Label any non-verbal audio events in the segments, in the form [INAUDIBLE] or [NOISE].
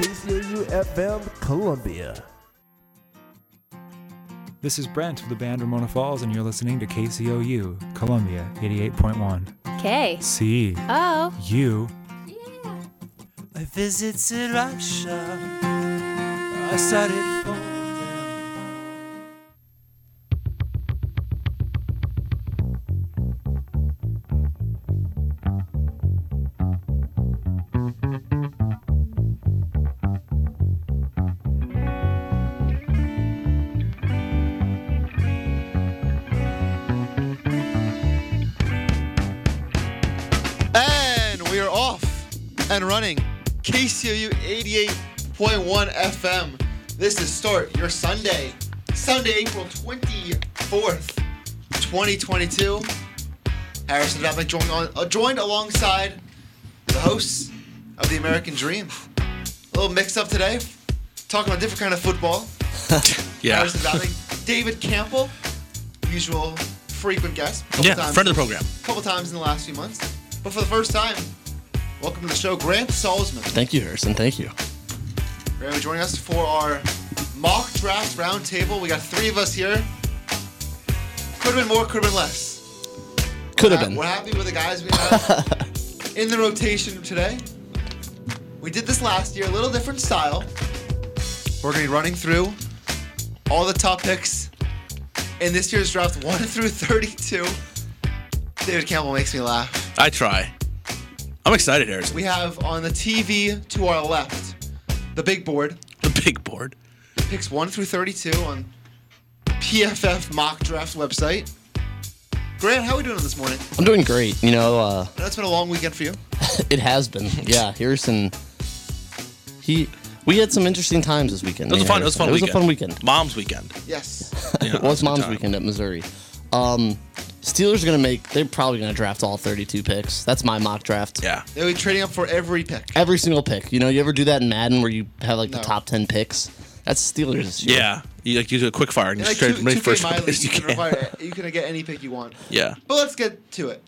KCOU FM Columbia. This is Brent of the band Ramona Falls, and you're listening to KCOU, Columbia 88.1. K. C. E Oh. U. My visits to Russia I started falling And we are off and running. KCOU 88.1 FM. This is Start Your Sunday. Sunday, April 24th, 2022. Harrison Dobnik joined, on, uh, joined alongside the hosts of the American Dream. A little mix up today, talking about different kind of football. [LAUGHS] Yeah. Harrison Dobnik, David Campbell, usual frequent guest. couple Yeah, times friend of the program. couple times in the last few months. But for the first time, welcome to the show, Grant Salzman. Thank you, Harrison. Thank you. Grant, will joining us for our mock draft roundtable. We got three of us here. Could have been more, could have been less. Could have Uh, been. We're happy with the guys we have in the rotation today. We did this last year, a little different style. We're going to be running through all the top picks in this year's draft, 1 through 32. David Campbell makes me laugh. I try. I'm excited, Harrison. We have on the TV to our left the big board, The big board. picks 1 through 32 on PFF mock draft website. Grant, how are we doing this morning? I'm doing great. You know, uh, [LAUGHS] I know it's been a long weekend for you. it has been. Yeah, Harrison. He. We had some interesting times this weekend. It was a man, fun. It was a Harrison. fun weekend. It was a fun weekend. Mom's weekend. [LAUGHS] Yes. [LAUGHS] Yeah, it was good mom's time. weekend at Missouri. Um, Steelers are gonna make. They're probably gonna draft all 32 picks. That's my mock draft. Yeah. They'll be trading up for every pick. Every single pick. You know, you ever do that in Madden where you have like No. the top 10 picks? That's Steelers. this year. Yeah. You like you do a quick fire and you And like just two, trade from the 2K first my one league, as you can can. require- you can get any pick you want. [LAUGHS] Yeah. But let's get to it.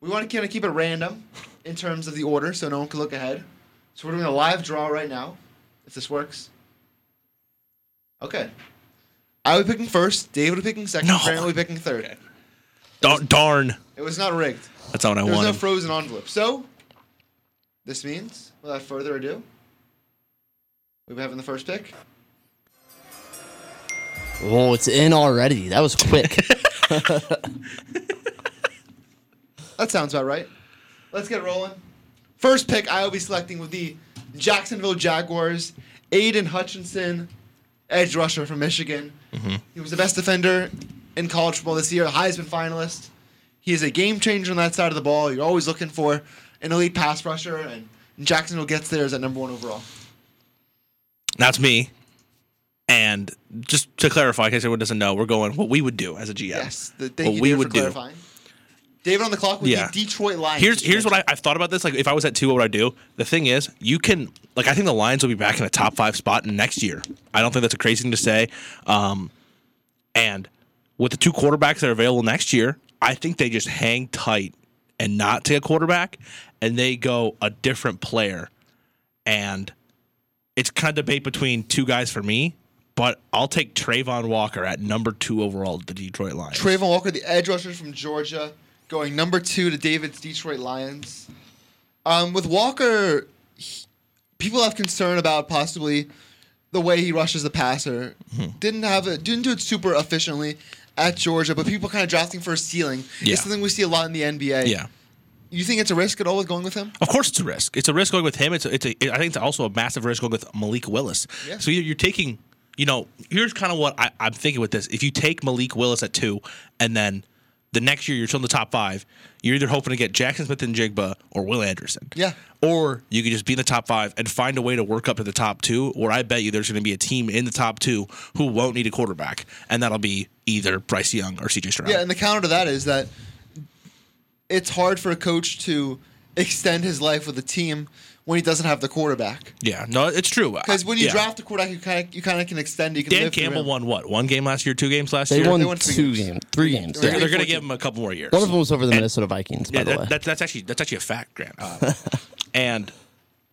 We want to kind of keep it random in terms of the order so no one can look ahead. So we're doing a live draw right now, if this works. Okay. I would be picking first, David would be picking second, No. Grant would be picking third. Okay. Dar- darn. It was not rigged. That's not what I There was no wanted. frozen envelope. So, this means, without further ado, we'll be having the first pick. Oh, it's in already. That [LAUGHS] was quick. That sounds about right. Let's get rolling. First pick I will be selecting with the Jacksonville Jaguars, Aiden Hutchinson, edge rusher from Michigan. Mm-hmm. He was the best defender in college football this year, Heisman finalist. He is a game changer on that side of the ball. You're always looking for an elite pass rusher, and Jacksonville gets theirs at number one overall. That's me. And just to clarify, in case everyone doesn't know, we're going what we would do as a GM. Yes, the, thank What you we David, would for do. clarifying. David on the clock with Yeah. the Detroit Lions. Here's here's what I, I've thought about this. Like, if I was at two, what would I do? The thing is, you can like I think the Lions will be back in a top five spot next year. I don't think that's a crazy thing to say. Um, and with the two quarterbacks that are available next year, I think they just hang tight and not take a quarterback, and they go a different player. And it's kind of debate between two guys for me, but I'll take Trayvon Walker at number two overall to the Detroit Lions. Trayvon Walker, the edge rusher from Georgia, going number two to David's Detroit Lions. Um, with Walker, he- people have concern about possibly the way he rushes the passer. Hmm. Didn't have it, didn't do it super efficiently at Georgia, but people kind of drafting for a ceiling. Yeah. It's something we see a lot in the NBA. yeah. You think it's a risk at all with going with him? Of course, it's a risk. It's a risk going with him. It's a, it's a, I think it's also a massive risk going with Malik Willis. Yeah. So you're, you're taking, you know, here's kind of what I, I'm thinking with this. If you take Malik Willis at two, and then the next year you're still in the top five, you're either hoping to get Jackson Smith and Jigba or Will Anderson. Yeah. Or you could just be in the top five and find a way to work up to the top two. Where I bet you there's going to be a team in the top two who won't need a quarterback, and that'll be either Bryce Young or C.J. Stroud. Yeah, and the counter to that is that it's hard for a coach to extend his life with a team when he doesn't have the quarterback. Yeah. No, it's true. Because when you Yeah. draft a quarterback, you kind of you kind of can extend. You can Dan live through Campbell him. won what? One game last year, two games last They year. won, they won three two games. games. Three games. They're, yeah. going to give him a couple more years. One of them was over the Minnesota Vikings, by Yeah, the way. [LAUGHS] that, that, that's actually that's actually a fact, Grant. Uh, and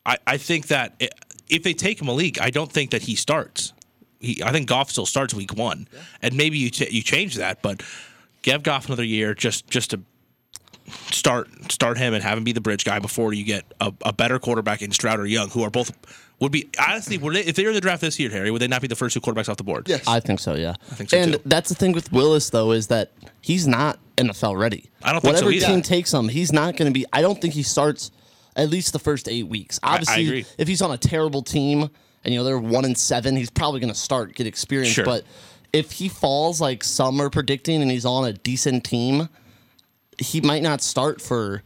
I I think that it, if they take Malik, I don't think that he starts. He, I think Goff still starts week one, and maybe you ch- you change that, but give Goff another year just just to start start him and have him be the bridge guy before you get a, a better quarterback in Stroud or Young, who are both would be honestly would they, if they were in the draft this year, Harry, would they not be the first two quarterbacks off the board? Yes. I think so, yeah. think so, and too. that's the thing with Willis though is that he's not NFL ready. I don't think so Whatever either. team takes him, he's not going to be. I don't think he starts at least the first eight weeks. Obviously, agree. if he's on a terrible team and you know they're one and seven, he's probably going to start get experience. Sure. But if he falls like some are predicting and he's on a decent team, he might not start for.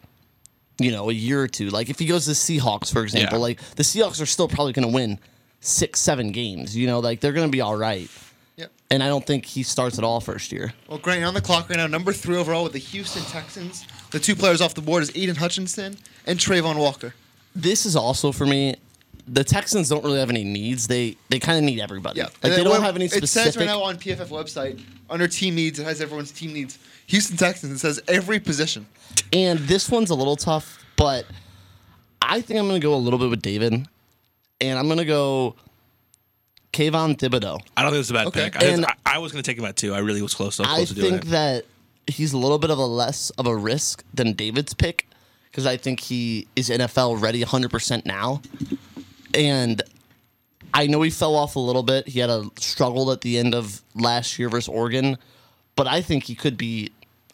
You know, a year or two. Like if he goes to the Seahawks, for example, Yeah. like the Seahawks are still probably going to win six, seven games. You know, like they're going to be all right Yep. and I don't think he starts at all first year. Well, Grant, you're on the clock right now. Number three overall with the Houston Texans. The two players off the board is Aiden Hutchinson and Trayvon Walker. This is also for me. The Texans don't really have any needs. They they kind of need everybody. Yeah, Like And they then don't what- have any It says specific. right now on PFF website under team needs. It has everyone's team needs. Houston Texans. It says every position. and this one's a little tough, but I think I'm going to go a little bit with David, and I'm going to go Kayvon Thibodeau. I don't think it's a bad Okay. pick. I, And- I, I was going to take him at two. I really was close. I was I close to doing think it. that he's a little bit of a less of a risk than David's pick because I think he is NFL ready 100% now. And I know he fell off a little bit. He had a struggle at the end of last year versus Oregon, but I think he could be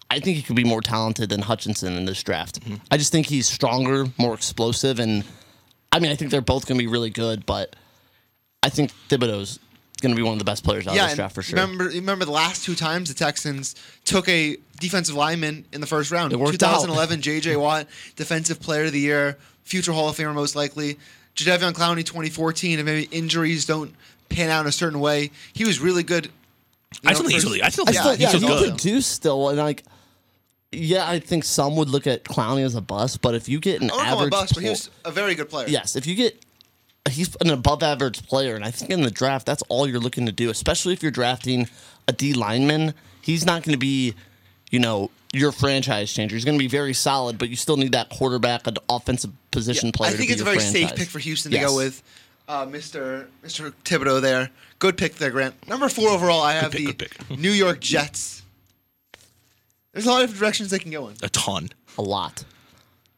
I think he could be more talented than Hutchinson in this draft. Mm-hmm. I just think he's stronger, more explosive and I mean, I think they're both going to be really good, but I think Thibodeau's going to be one of the best players out of this and draft for sure. Remember, you remember the last two times the Texans took a defensive lineman in the first round. It worked out. [LAUGHS] 2011, J.J. Watt, Defensive Player of the Year, future Hall of Famer most likely. Jadeveon Clowney, 2014, and maybe injuries don't pan out in a certain way. He was really good. you I know, still think first- easily. I still I think still, yeah, he's you still could good. do still, and like, yeah, I think some would look at Clowney as a bust, but if you get an I don't know average, about bust, but he pl- was a very good player. yes, if you get, he's an above-average player, and I think in the draft, that's all you're looking to do, especially if you're drafting a D lineman. He's not going to be, you know, your franchise changer. He's going to be very solid, but you still need that quarterback, an offensive position player. I to think be it's a your very safe franchise. pick for Houston to Yes. go with uh, Mr. Mr. Thibodeau there. Good pick there, Grant. Number four overall, I have pick, good the pick. New York Jets. There's a lot of directions they can go in. A ton. a lot.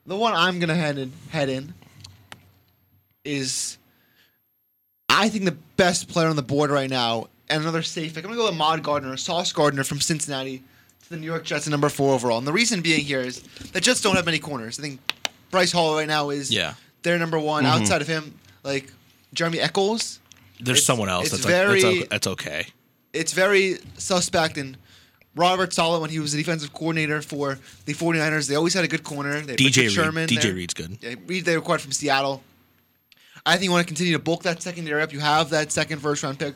The one I'm gonna head in, head in is I think the best player on the board right now, and another safe pick. I'm gonna go with Mod Gardner, Sauce Gardner from Cincinnati to the New York Jets at number four overall. And the reason being here is the Jets don't have many corners. I think Bryce Hall right now is Yeah. Mm-hmm. their number one. Outside of him, like Jeremy Eccles, There's It's- someone else. it's that's like, that's, very- o- that's okay. it's very suspect. And Robert Sala, when he was the defensive coordinator for the 49ers, they always had a good corner. They had DJ Richard Sherman Reed. DJ there. Reed's good. Yeah, Reed they acquired from Seattle. I think you want to continue to bulk that secondary up. You have that second first round pick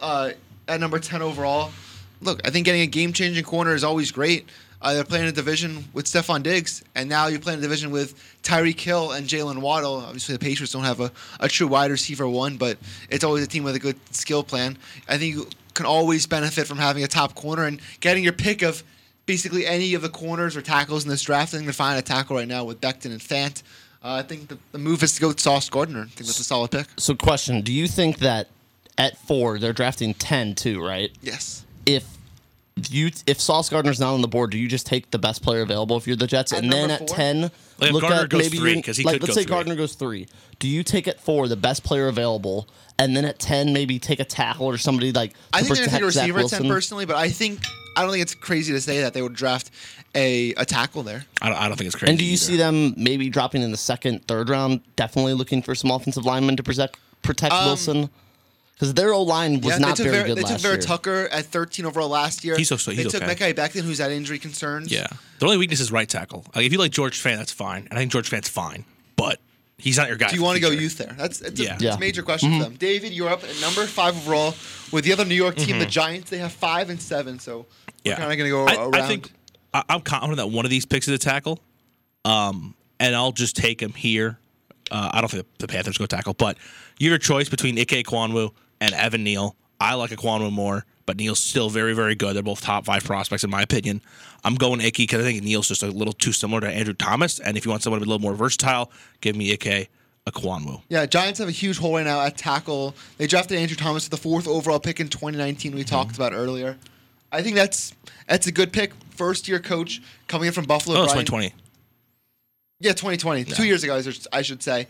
uh, at number 10 overall. Look, I think getting a game changing corner is always great. Uh, they're playing a division with Stephon Diggs, and now you're playing a division with Tyreek Hill and Jalen Waddle. Obviously, the Patriots don't have a, a true wide receiver one, but it's always a team with a good skill plan. I think you can always benefit from having a top corner and getting your pick of basically any of the corners or tackles in this draft. I think they're finding a tackle right now with Becton and Fant. Uh, I think the, the move is to go with Sauce Gardner. I think that's a solid pick. So, question: Do you think that at four they're drafting ten too, right? Yes. if you if Sauce Gardner's not on the board, do you just take the best player available if you're the Jets, At and then number at four? ten, Like, if look Gardner at goes maybe three, you- 'cause he like could let's go say three. Gardner goes three. Do you take at four the best player available, and then at ten maybe take a tackle or somebody like to I think they're going to protect take a Zach receiver at Wilson? 10 personally, but I think I don't think it's crazy to say that they would draft a, a tackle there. I don't, I don't think it's crazy. And do you either. see them maybe dropping in the second, third round? Definitely looking for some offensive linemen to protect protect Wilson because their O line was not Um, they took very Ver- good They last took Vera year. Tucker at 13 overall last year. He's also- they he's took okay. Mekhi Becton, who's had injury concerns. Yeah. The only weakness is right tackle. Like, if you like George Fan, that's fine. And I think George Fan's fine, but he's not your guy. Do you for want to the go future. youth there? That's, that's a, Yeah. that's a Yeah. Mm-hmm. major question for them. David, you're up at number five overall with the other New York team, the Giants. They have five and seven, so we're kind of going to go Mm-hmm. I, around. I think I, I'm confident that one of these picks is a tackle, um, and I'll just take him here. Uh, I don't think the, the Panthers go tackle, but your choice between Ike Kwanwu and Evan Neal. I like Kwanwu more, but Neal's still very, very good. They're both top five prospects in my opinion. I'm going Ike because I think Neal's just a little too similar to Andrew Thomas, and if you want someone to be a little more versatile, give me Ike. Aquanwu. Yeah, Giants have a huge hole right now at tackle. They drafted Andrew Thomas with the fourth overall pick in 2019. Mm-hmm. We talked about earlier. I think that's that's a good pick. First year coach coming in from Buffalo. Oh, it's Brian- 2020. Yeah, 2020. Two years ago, I should- I should say.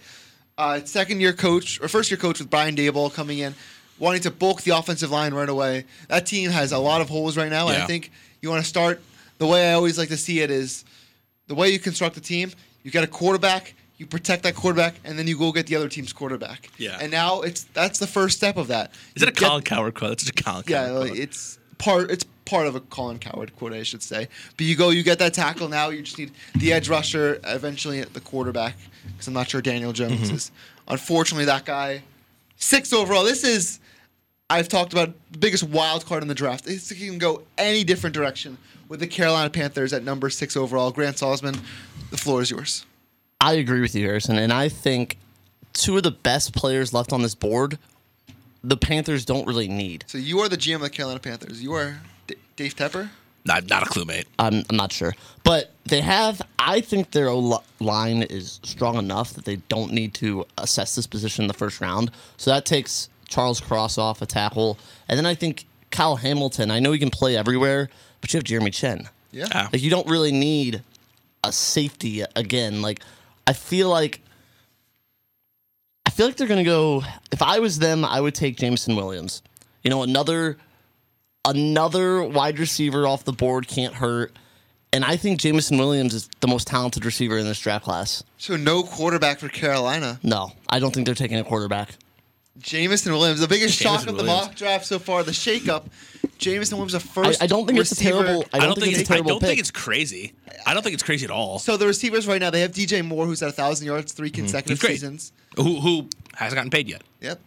Uh, second year coach or first year coach with Brian Dable coming in, wanting to bulk the offensive line right away. That team has a lot of holes right now, and I Yeah. think you want to start. The way I always like to see it is the way you construct a team. You get a quarterback, you protect that quarterback, and then you go get the other team's quarterback. Yeah. And now it's that's the first step of that. Is it a You get- Colin Coward quote? It's a Colin yeah, Cowherd like quote. it's part. It's part of a Colin Coward quote, I should say. But you go, you get that tackle. Now you just need the edge rusher, eventually at the quarterback, because I'm not sure Daniel Jones is. Unfortunately, that guy, six overall. This is, I've talked about the biggest wild card in the draft. It's, it can go any different direction with the Carolina Panthers at number six overall. Grant Salzman, the floor is yours. I agree with you, Harrison, and I think two of the best players left on this board, the Panthers don't really need. So you are the GM of the Carolina Panthers. You are D- Dave Tepper. Not, not a clue, mate. I'm, I'm not sure, but they have. I think their O line is strong enough that they don't need to assess this position in the first round. So that takes Charles Cross off a tackle, and then I think Kyle Hamilton. I know he can play everywhere, but you have Jeremy Chen. Yeah. Ah. Like you don't really need a safety again. Like I feel like I feel like they're gonna go. If I was them, I would take Jameson Williams. You know, another another wide receiver off the board can't hurt. And I think Jameson Williams is the most talented receiver in this draft class. So no quarterback for Carolina. No, I don't think they're taking a quarterback. Jamison Williams, the biggest shock Jamison of the Williams. mock draft so far, the shakeup. Jamison Williams, the I, first. I don't think it's a receiver- terrible. I don't, think, it's a I terrible don't pick. think it's crazy. I don't think it's crazy at all. So the receivers right now, they have DJ Moore, who's at thousand yards three consecutive Mm-hmm. He's great. seasons. who who hasn't gotten paid yet? Yep.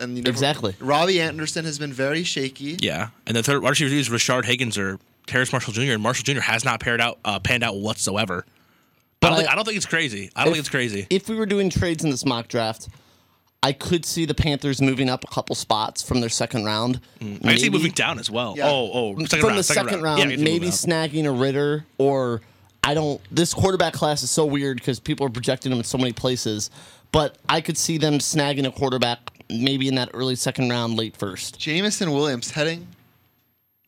And you never- Exactly. Robbie Anderson has been very shaky. Yeah, and the third wide receiver is Rashard Higgins or Terrence Marshall Jr. And Marshall Jr. has not paired out uh, panned out whatsoever. I But don't, think, I- I don't think it's crazy. I don't think it's crazy. if we were doing trades in this mock draft, I could see the Panthers moving up a couple spots from their second round. Mm. I can see moving down as well. Yeah. Oh, oh, second from round, the second, round. I can see maybe moving up. snagging a Ritter or I don't. This quarterback class is so weird because people are projecting them in so many places. But I could see them snagging a quarterback maybe in that early second round, late first. Jamison Williams heading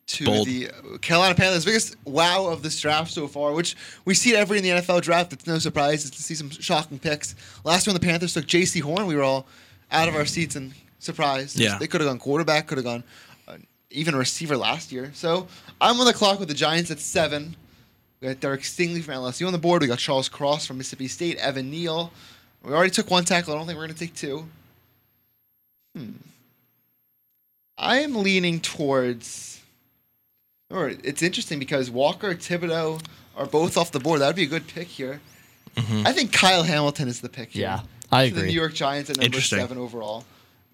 to Bold. the Carolina Panthers. Biggest wow of this draft so far, which we see it every in the NFL draft. It's no surprise to see some shocking picks. Last one, the Panthers took J.C. Horn. We were all out of our seats and surprised. Yeah. They could have gone quarterback, could have gone uh, even a receiver last year. So I'm on the clock with the Giants at seven. We got Derek Stingley from LSU on the board. We got Charles Cross from Mississippi State, Evan Neal. We already took one tackle. I don't think we're going to take two. I am leaning towards. Or it's interesting because Walker Thibodeau are both off the board. That would be a good pick here. I think Kyle Hamilton is the pick. Here. Yeah, I To The agree. New York Giants at number Interesting. seven overall.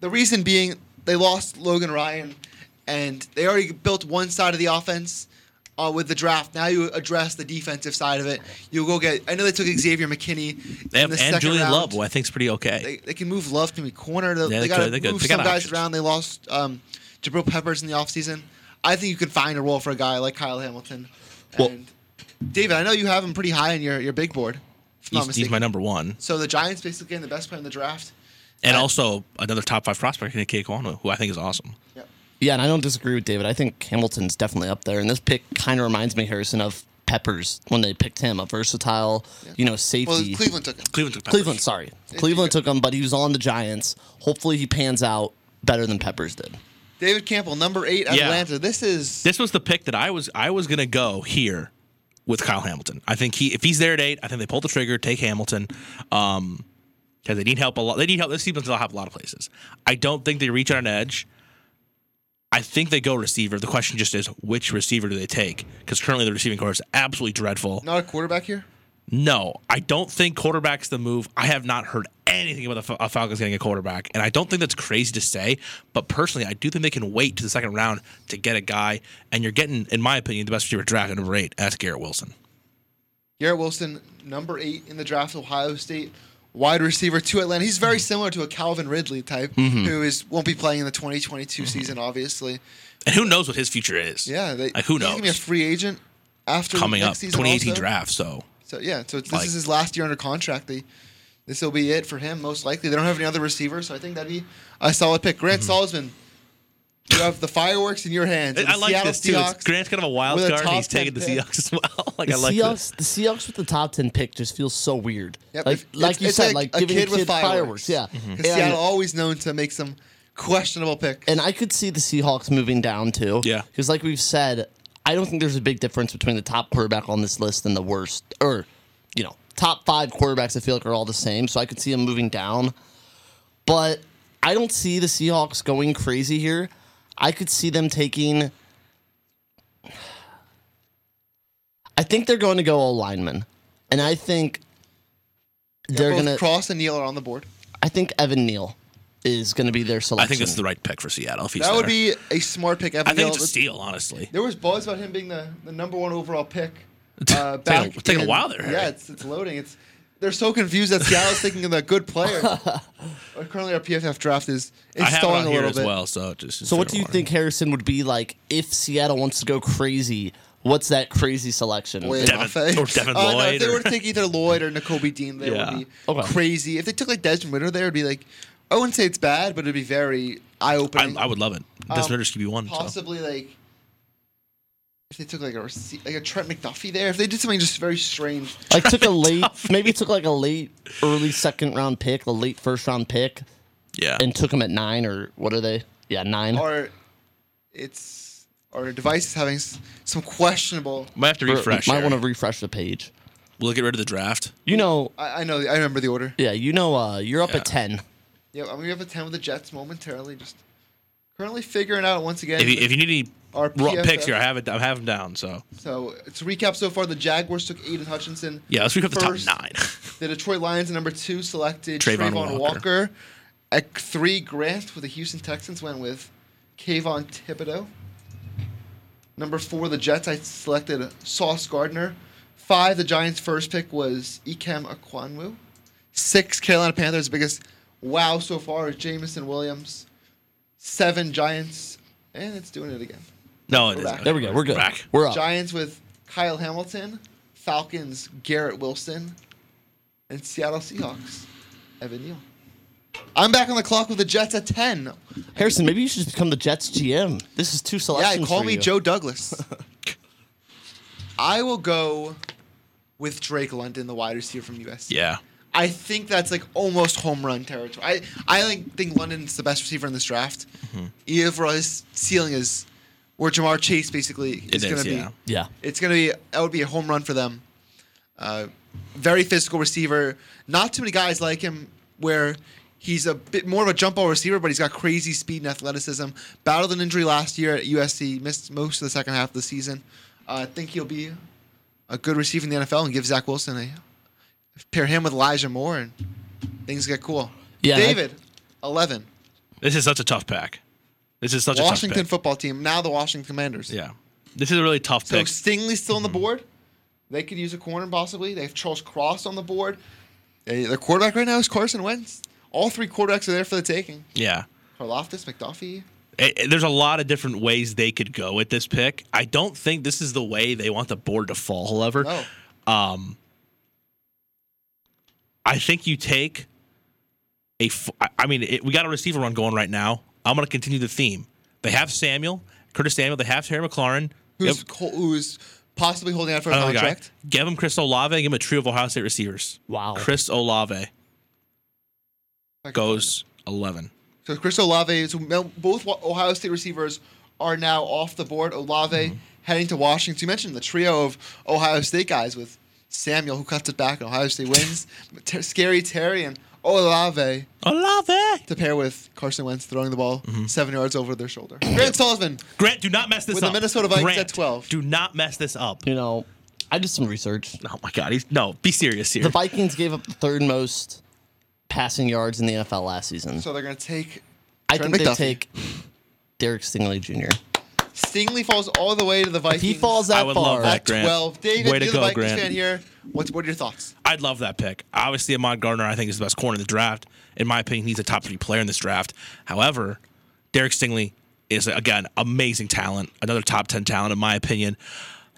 The reason being they lost Logan Ryan, and they already built one side of the offense uh, with the draft. Now you address the defensive side of it. You go get. I know they took Xavier McKinney. They have in the and second Julian round Love, who I think is pretty okay. they, they can move Love to be corner. They, Yeah, they they got to could, they move could. They some got guys options. around. They lost um, Jabril Peppers in the offseason. I think you can find a role for a guy like Kyle Hamilton. Well- and David, I know you have him pretty high on your, your big board. If I'm not he's, he's mistaken. my number one, so the Giants basically getting the best player in the draft. and I- also another top five prospect in Kekwanwu, who I think is awesome. Yep. Yeah, and I don't disagree with David. I think Hamilton's definitely up there, and this pick kind of reminds me, Harrison, of Peppers when they picked him, a versatile, you know, Well, safety. Cleveland took him. Cleveland took Peppers. Cleveland, sorry. Cleveland took him, but he was on the Giants. Hopefully he pans out better than Peppers did. David Campbell, number eight, Yeah. Atlanta. This is This was the pick that I was I was gonna go here with Kyle Hamilton. I think he if he's there at eight, I think they pull the trigger, take Hamilton. Um because they need help a lot. They need help. This defense will have a lot of places. I don't think they reach on an edge. I think they go receiver. The question just is which receiver do they take? Because currently the receiving core is absolutely dreadful. not a quarterback here. No, I don't think quarterback's the move. I have not heard anything about the Fal- uh, Falcons getting a quarterback, and I don't think that's crazy to say. But personally, I do think they can wait to the second round to get a guy, and you're getting, in my opinion, the best receiver draft at number eight. and That's Garrett Wilson. Garrett Wilson, number eight in the draft, Ohio State wide receiver to Atlanta. He's very similar to a Calvin Ridley type, Mm-hmm. who is won't be playing in the 2022 season, obviously. And who knows what his future is? Yeah, they, like Uh, who he's gonna be a knows? free agent after Coming next up, season 2018 also. draft. So So yeah, so it's, this Like- is his last year under contract. They This will be it for him, most likely. They don't have any other receivers, so I think that'd be a solid pick. Grant Salzman, you have the fireworks in your hands. Mm-hmm. I The like Seattle this too. It's- Seahawks. Grant's kind of a wild with a card. and top He's taking 10 the pick. Seahawks as well. [LAUGHS] Like The I like this. Seahawks, the Seahawks with the top ten pick just feels so weird. Yep, Like, if- like it's- you it's said, like like a giving kid a with kid fireworks. fireworks. Yeah, And And- Seattle always known to make some questionable picks. And I could see the Seahawks moving down too. Yeah. Because, like we've said, I don't think there's a big difference between the top quarterback on this list and the worst, or, you know, top five quarterbacks I feel like are all the same. So I could see them moving down. But I don't see the Seahawks going crazy here. I could see them taking. I think they're going to go all lineman. And I think they're Both going to. Cross and Neal are on the board. I think Evan Neal is going to be their selection. I think it's the right pick for Seattle. If he's That would there. be a smart pick. Evan I think Neal. it's a steal, honestly. There was buzz about him being the, the number one overall [LAUGHS] pick. uh, Taking- taking a in- while there, Harry. Yeah, it's, it's loading. It's they're so confused that Seattle's thinking of a good [LAUGHS] player. Currently, our PFF draft is I is have it stalling on a here little as bit. well. So just So, what do you think Harrison would be like if Seattle wants to go crazy? What's that crazy selection? Wait, Devin- Mafe. or Devin Uh, no, Lloyd if they or- were to take either Lloyd or Nicobe Dean, they Yeah. would be Okay. crazy. If they took like Desmond Ritter, there would be like I wouldn't say it's bad, but it'd be very eye I, opening. I would love it. Um, Desmond Ritter's QB one. So. possibly like if they took like a rece- like a Trent McDuffie there. If they did something just very strange, Like [LAUGHS] took a late, maybe took like a late, early second round pick, a late first round pick, Yeah. and took him at nine or what are they? Yeah, nine. or it's or device is having s- some questionable. Might have to refresh. Might Might want to refresh the page. We'll get rid of the draft. You know, I, I know. I remember the order. yeah, you know, uh, you're up Yeah. at ten. Yeah, I'm gonna have a ten with the Jets momentarily. Just currently figuring out once again. If you, if you need Our any raw PFF. picks here, I have it. I have them down. So so to recap, so far the Jaguars took Aiden Hutchinson. yeah, let's recap the top First, nine. [LAUGHS] The Detroit Lions at number two selected Trayvon Trayvon, Walker. Walker. At three, Grant with the Houston Texans went with Kayvon Thibodeau. Number four, the Jets, I selected Sauce Gardner. Five, the Giants' first pick was Ikem Akwanwu. Six, Carolina Panthers' biggest wow so far is Jamison Williams. Seven, Giants. And it's doing it again. No, it We're isn't. back. There we go. We're good. Back. We're up. Giants with Kyle Hamilton, Falcons Garrett Wilson, and Seattle Seahawks Evan Neal. I'm back on the clock with the Jets at 10. Harrison, maybe you should just become the Jets GM. This is two selections. Yeah, call for me you. Joe [LAUGHS] Douglas. I will go with Drake London, the wide receiver from USC. Yeah. I think that's like almost home run territory. I I like think London's the best receiver in this draft. Mm-hmm. Even for his ceiling is where Jamar Chase basically It is, is, going to yeah. be. Yeah. It's gonna be that would be a home run for them. Uh, very physical receiver. Not too many guys like him where he's a bit more of a jump ball receiver, but he's got crazy speed and athleticism. Battled an injury last year at USC, missed most of the second half of the season. Uh, I think he'll be a good receiver in the NFL and give Zach Wilson a pair him with Elijah Moore and things get cool. Yeah, David, eleven. This is such a tough pack. This is such Washington a tough football team, now the Washington Commanders. pick. Yeah. This is a really tough So pick. Mm-hmm. Stingley's still on the board. They could use a corner possibly. They have Charles Cross on the board. They, their quarterback right now is Carson Wentz. All three quarterbacks are there for the taking. Yeah. Karloftis, McDuffie. It- it- there's a lot of different ways they could go with this pick. I don't think this is the way they want the board to fall, however. No. Um, I think you take a. f- I- I mean, it, we got a receiver run going right now. I'm going to continue the theme. They have Samuel, Curtis Samuel. They have Terry McLaurin. Who's Yep. co- who's possibly holding out for a Another guy. contract? Give him Chris Olave. Give him a trio of Ohio State receivers. Wow. Chris Olave If I can goes 11. find it. So Chris Olave. So now both Wa- Ohio State receivers are now off the board. Olave Mm-hmm. heading to Washington. You mentioned the trio of Ohio State guys with Samuel who cuts it back and Ohio State wins. [LAUGHS] Ter- Scary Terry and Olave. Olave. to pair with Carson Wentz throwing the ball Mm-hmm. seven yards over their shoulder. Grant Salzman, Grant, do not mess this With the up. Minnesota Vikings Grant, at 12. Do not mess this up. You know, I did some research. Oh my God. He's no. Be serious here. The Vikings gave up the third most passing yards in the NFL last season. so they're going to take. I Trent think they McDuffie. take Derek Stingley Jr. Stingley falls all the way to the Vikings. He falls I that would far. love that, at Grant. twelve. David, Way to you're go, the Vikings Grant. fan here. What's what are your thoughts? I'd love that pick. Obviously, Ahmad Gardner, I think, is the best corner in the draft. In my opinion, he's a top three player in this draft. However, Derek Stingley is, again, amazing talent, another top 10 talent, in my opinion.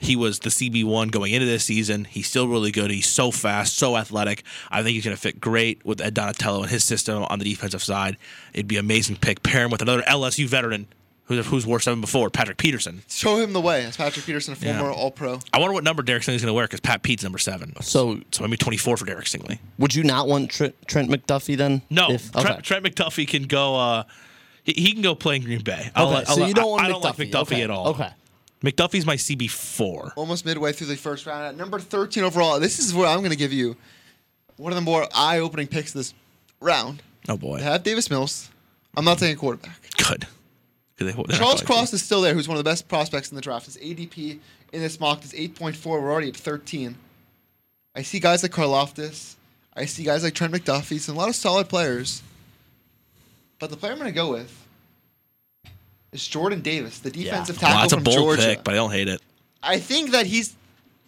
He was the CB1 going into this season. He's still really good. He's so fast, so athletic. I think he's going to fit great with Ed Donatello and his system on the defensive side. It'd be an amazing pick. Pair him with another LSU veteran who's, who's worth seven before, Patrick Peterson. Show him the way. That's Patrick Peterson, a Yeah. former All Pro. I wonder what number Derek Stingley's going to wear because Pat Pete's number seven. So So maybe 24 for Derek Stingley. would you not want Trent, Trent McDuffie then? No, If- okay. Trent, Trent McDuffie can go. Uh, he, he can go play in Green Bay. I'll Okay, let- I'll so let- you don't I- want I don't like McDuffie. McDuffie Okay, at all. okay. McDuffie's my CB four. Almost midway through the first round at number 13 overall. This is where I'm going to give you one of the more eye opening picks this round. Oh boy, They have Davis Mills. I'm not saying quarterback. good. 'Cause they- they're not Charles collecting. Cross is still there, who's one of the best prospects in the draft. His ADP in this mock is 8.4. We're already at 13. I see guys like Karloftis. I see guys like Trent McDuffie. So a lot of solid players. But the player I'm going to go with is Jordan Davis, the defensive Well, tackle that's a from bold Georgia. pick, but I don't hate it. I think that he's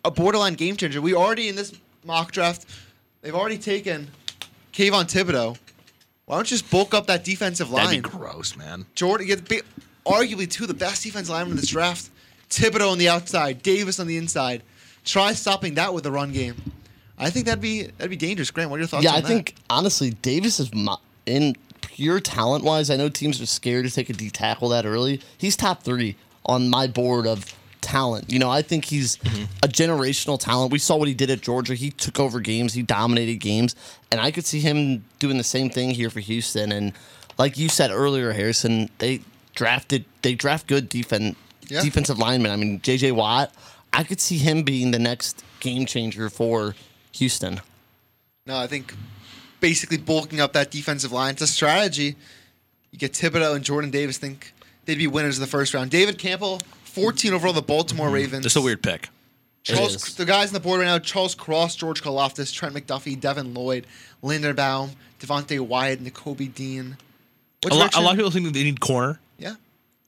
a borderline game changer. We already in this mock draft, they've already taken Kayvon Thibodeau. Why don't you just bulk up that defensive line? That'd be gross, man. Jordan gets be, arguably two of the best defense linemen in this draft. Thibodeau on the outside, Davis on the inside. Try stopping that with the run game. I think that'd be that'd be dangerous. Grant, what are your thoughts? Yeah, on I that? think honestly, Davis is my, in pure talent wise. I know teams are scared to take a D tackle that early. He's top three on my board of talent. You know, I think he's Mm-hmm. a generational talent. We saw what he did at Georgia. He took over games. He dominated games, and I could see him doing the same thing here for Houston. And like you said earlier, Harrison, they drafted they draft good defense Yeah. defensive linemen. I mean, J.J. Watt. I could see him being the next game changer for Houston. No, I think basically bulking up that defensive line. It's a strategy. You get Thibodeau and Jordan Davis. Think they'd be winners in the first round. David Campbell, 14 overall, the Baltimore Ravens. This is a Mm-hmm. weird pick. It is. Charles, the guys on the board right now: Charles Cross, George Kaloftis, Trent McDuffie, Devin Lloyd, Linderbaum, Devontae Wyatt, and N'Kobe Dean. What A lot, a direction- lot of people think that they need corner. Yeah.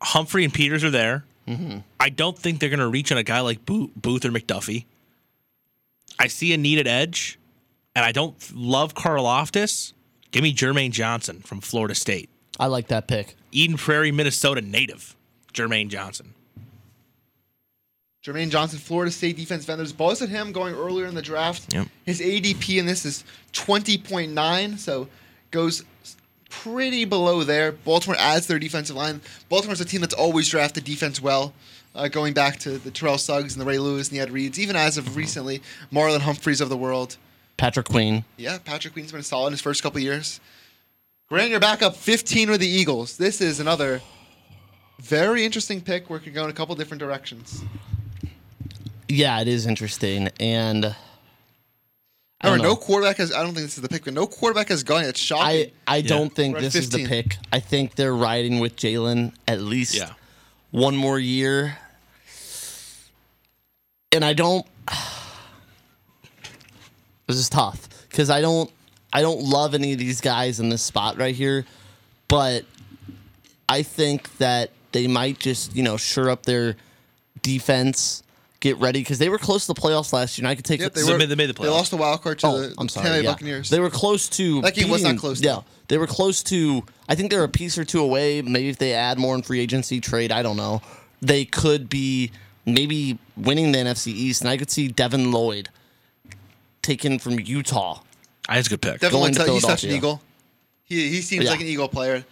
Humphrey and Peters are there. Mm-hmm. I don't think they're going to reach on a guy like Bo- Booth or McDuffie. I see a needed edge, and I don't love Karloftis. Give me Jermaine Johnson from Florida State, I like that pick. Eden Prairie, Minnesota native, Jermaine Johnson. Jermaine Johnson, Florida State defense vendors. Balls at him going earlier in the draft. Yep. His ADP in this is 20.9, so goes s- pretty below there. Baltimore adds their defensive line. Baltimore's a team that's always drafted defense well, uh, going back to the Terrell Suggs and the Ray Lewis and the Ed Reeds, even as of recently, Marlon Humphreys of the world. Patrick Queen. Yeah, Patrick Queen's been solid in his first couple years. Grant, you're back up 15 with the Eagles. This is another very interesting pick where it could go in a couple different directions. Yeah, it is interesting. And I Remember, no don't know. quarterback has. I don't think this is the pick, but no quarterback has gone. It's shocking. I, I don't think We're at this is the 15. pick. I think they're riding with Jalen at least Yeah. one more year. And I don't [SIGHS] this is tough because I don't I don't love any of these guys in this spot right here, but I think that they might just you know shore up their defense, get ready because they were close to the playoffs last year. And I could take Yep, So they made- they made the They playoffs. lost the wild card to oh, the I'm sorry, Tampa Bay yeah. Buccaneers. They were close to That game was not close, though. Yeah, they were close to. I think they're a piece or two away. Maybe if they add more in free agency trade, I don't know. They could be maybe winning the NFC East, and I could see Devin Lloyd taken from Utah. I think it's a good pick. Definitely, going to he's such an Philadelphia. eagle. He, he seems Yeah. Mm-hmm. like an eagle player.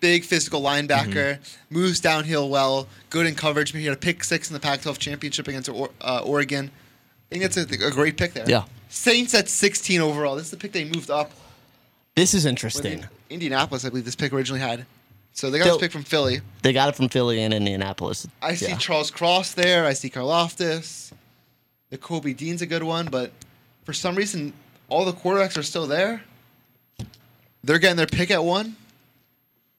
Big physical linebacker, moves downhill well, good in coverage. He had a pick six in the Pac-12 championship against or- uh, Oregon. I think that's a, a great pick there. Yeah. Saints at 16 overall. This is the pick they moved up. This is With interesting. In- Indianapolis, I believe this pick originally had. So they got So- this pick from Philly. They got it from Philly and Indianapolis. I see Yeah. Charles Cross there. I see Karloftis. The Kobe Dean's a good one, but for some reason, all the quarterbacks are still there. They're getting their pick at one.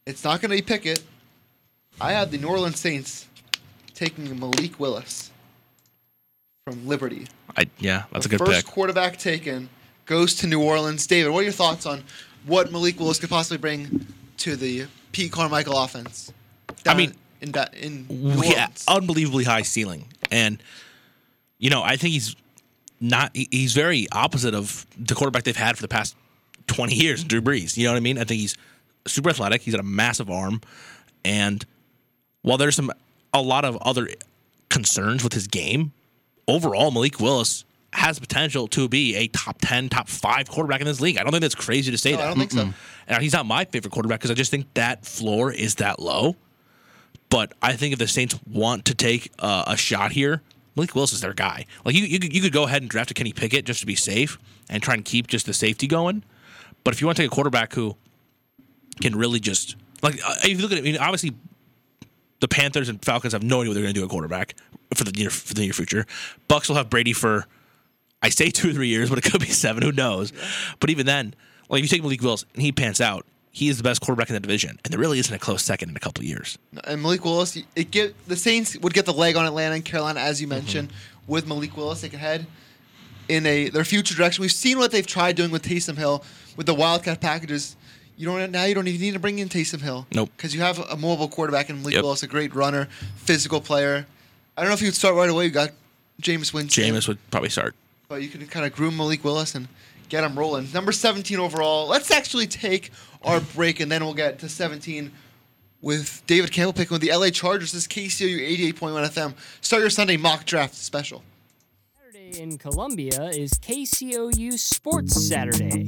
It's not going to be Pickett. I have the New Orleans Saints taking Malik Willis from Liberty. I, yeah, that's the a good first pick. quarterback taken goes to New Orleans. David, what are your thoughts on what Malik Willis could possibly bring to the Pete Carmichael offense? I mean- in, that in New Orleans? yeah, unbelievably high ceiling. And you know, I think he's not. he- He's very opposite of the quarterback they've had for the past twenty years, Drew Brees. You know what I mean? I think he's super athletic. He's got a massive arm, and while there's some a lot of other concerns with his game, overall Malik Willis has potential to be a top 10, top 5 quarterback in this league. I don't think that's crazy to say No, that. I don't think so. And he's not my favorite quarterback because I just think that floor is that low. But I think if the Saints want to take uh, a shot here, Malik Willis is their guy. Like you, you, could- you could go ahead and draft a Kenny Pickett just to be safe and try and keep just the safety going. But if you want to take a quarterback who can really just like uh, if you look at it, I mean, obviously the Panthers and Falcons have no idea what they're going to do at quarterback for the near for the near future. Bucks will have Brady for I say [LAUGHS] two or three years, but it could be seven. Who knows? But even then, like if you take Malik Willis and he pans out, he is the best quarterback in the division, and there really isn't a close second in a couple of years. and uh, Malik Willis, it get the Saints would get the leg on Atlanta and Carolina, as you Mm-hmm. mentioned, with Malik Willis. They could head in a their future direction. We've seen what they've tried doing with Taysom Hill with the Wildcat packages. You don't now you don't even need to bring in Taysom Hill. Nope. because you have a mobile quarterback and Malik Yep. Willis, a great runner, physical player. I don't know if you'd start right away. You got Jameis Winston. Jameis would probably start. But you can kind of groom Malik Willis and get him rolling. Number 17 overall. Let's actually take our break and then we'll get to 17 with David Campbell picking with the LA Chargers. This is KCOU 88.1 FM. Start your Sunday mock draft special. Saturday in Columbia is KCOU Sports Saturday.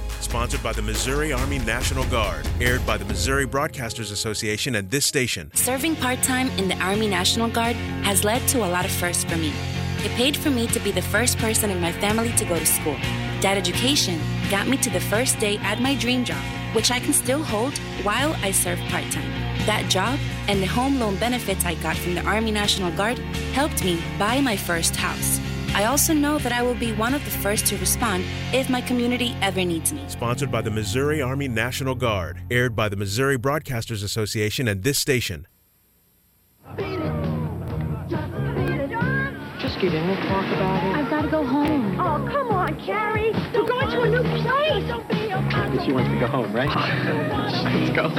Sponsored by the Missouri Army National Guard. Aired by the Missouri Broadcasters Association and this station. Serving part time in the Army National Guard has led to a lot of firsts for me. It paid for me to be the first person in my family to go to school. That education got me to the first day at my dream job, which I can still hold while I serve part time. That job and the home loan benefits I got from the Army National Guard helped me buy my first house. I also know that I will be one of the first to respond if my community ever needs me. Sponsored by the Missouri Army National Guard. Aired by the Missouri Broadcasters Association and this station. Just get in, we'll talk about I've got to go home. Oh, come on, Carrie. We're going to a new place. Don't be a She wants to go home, right? Let's go.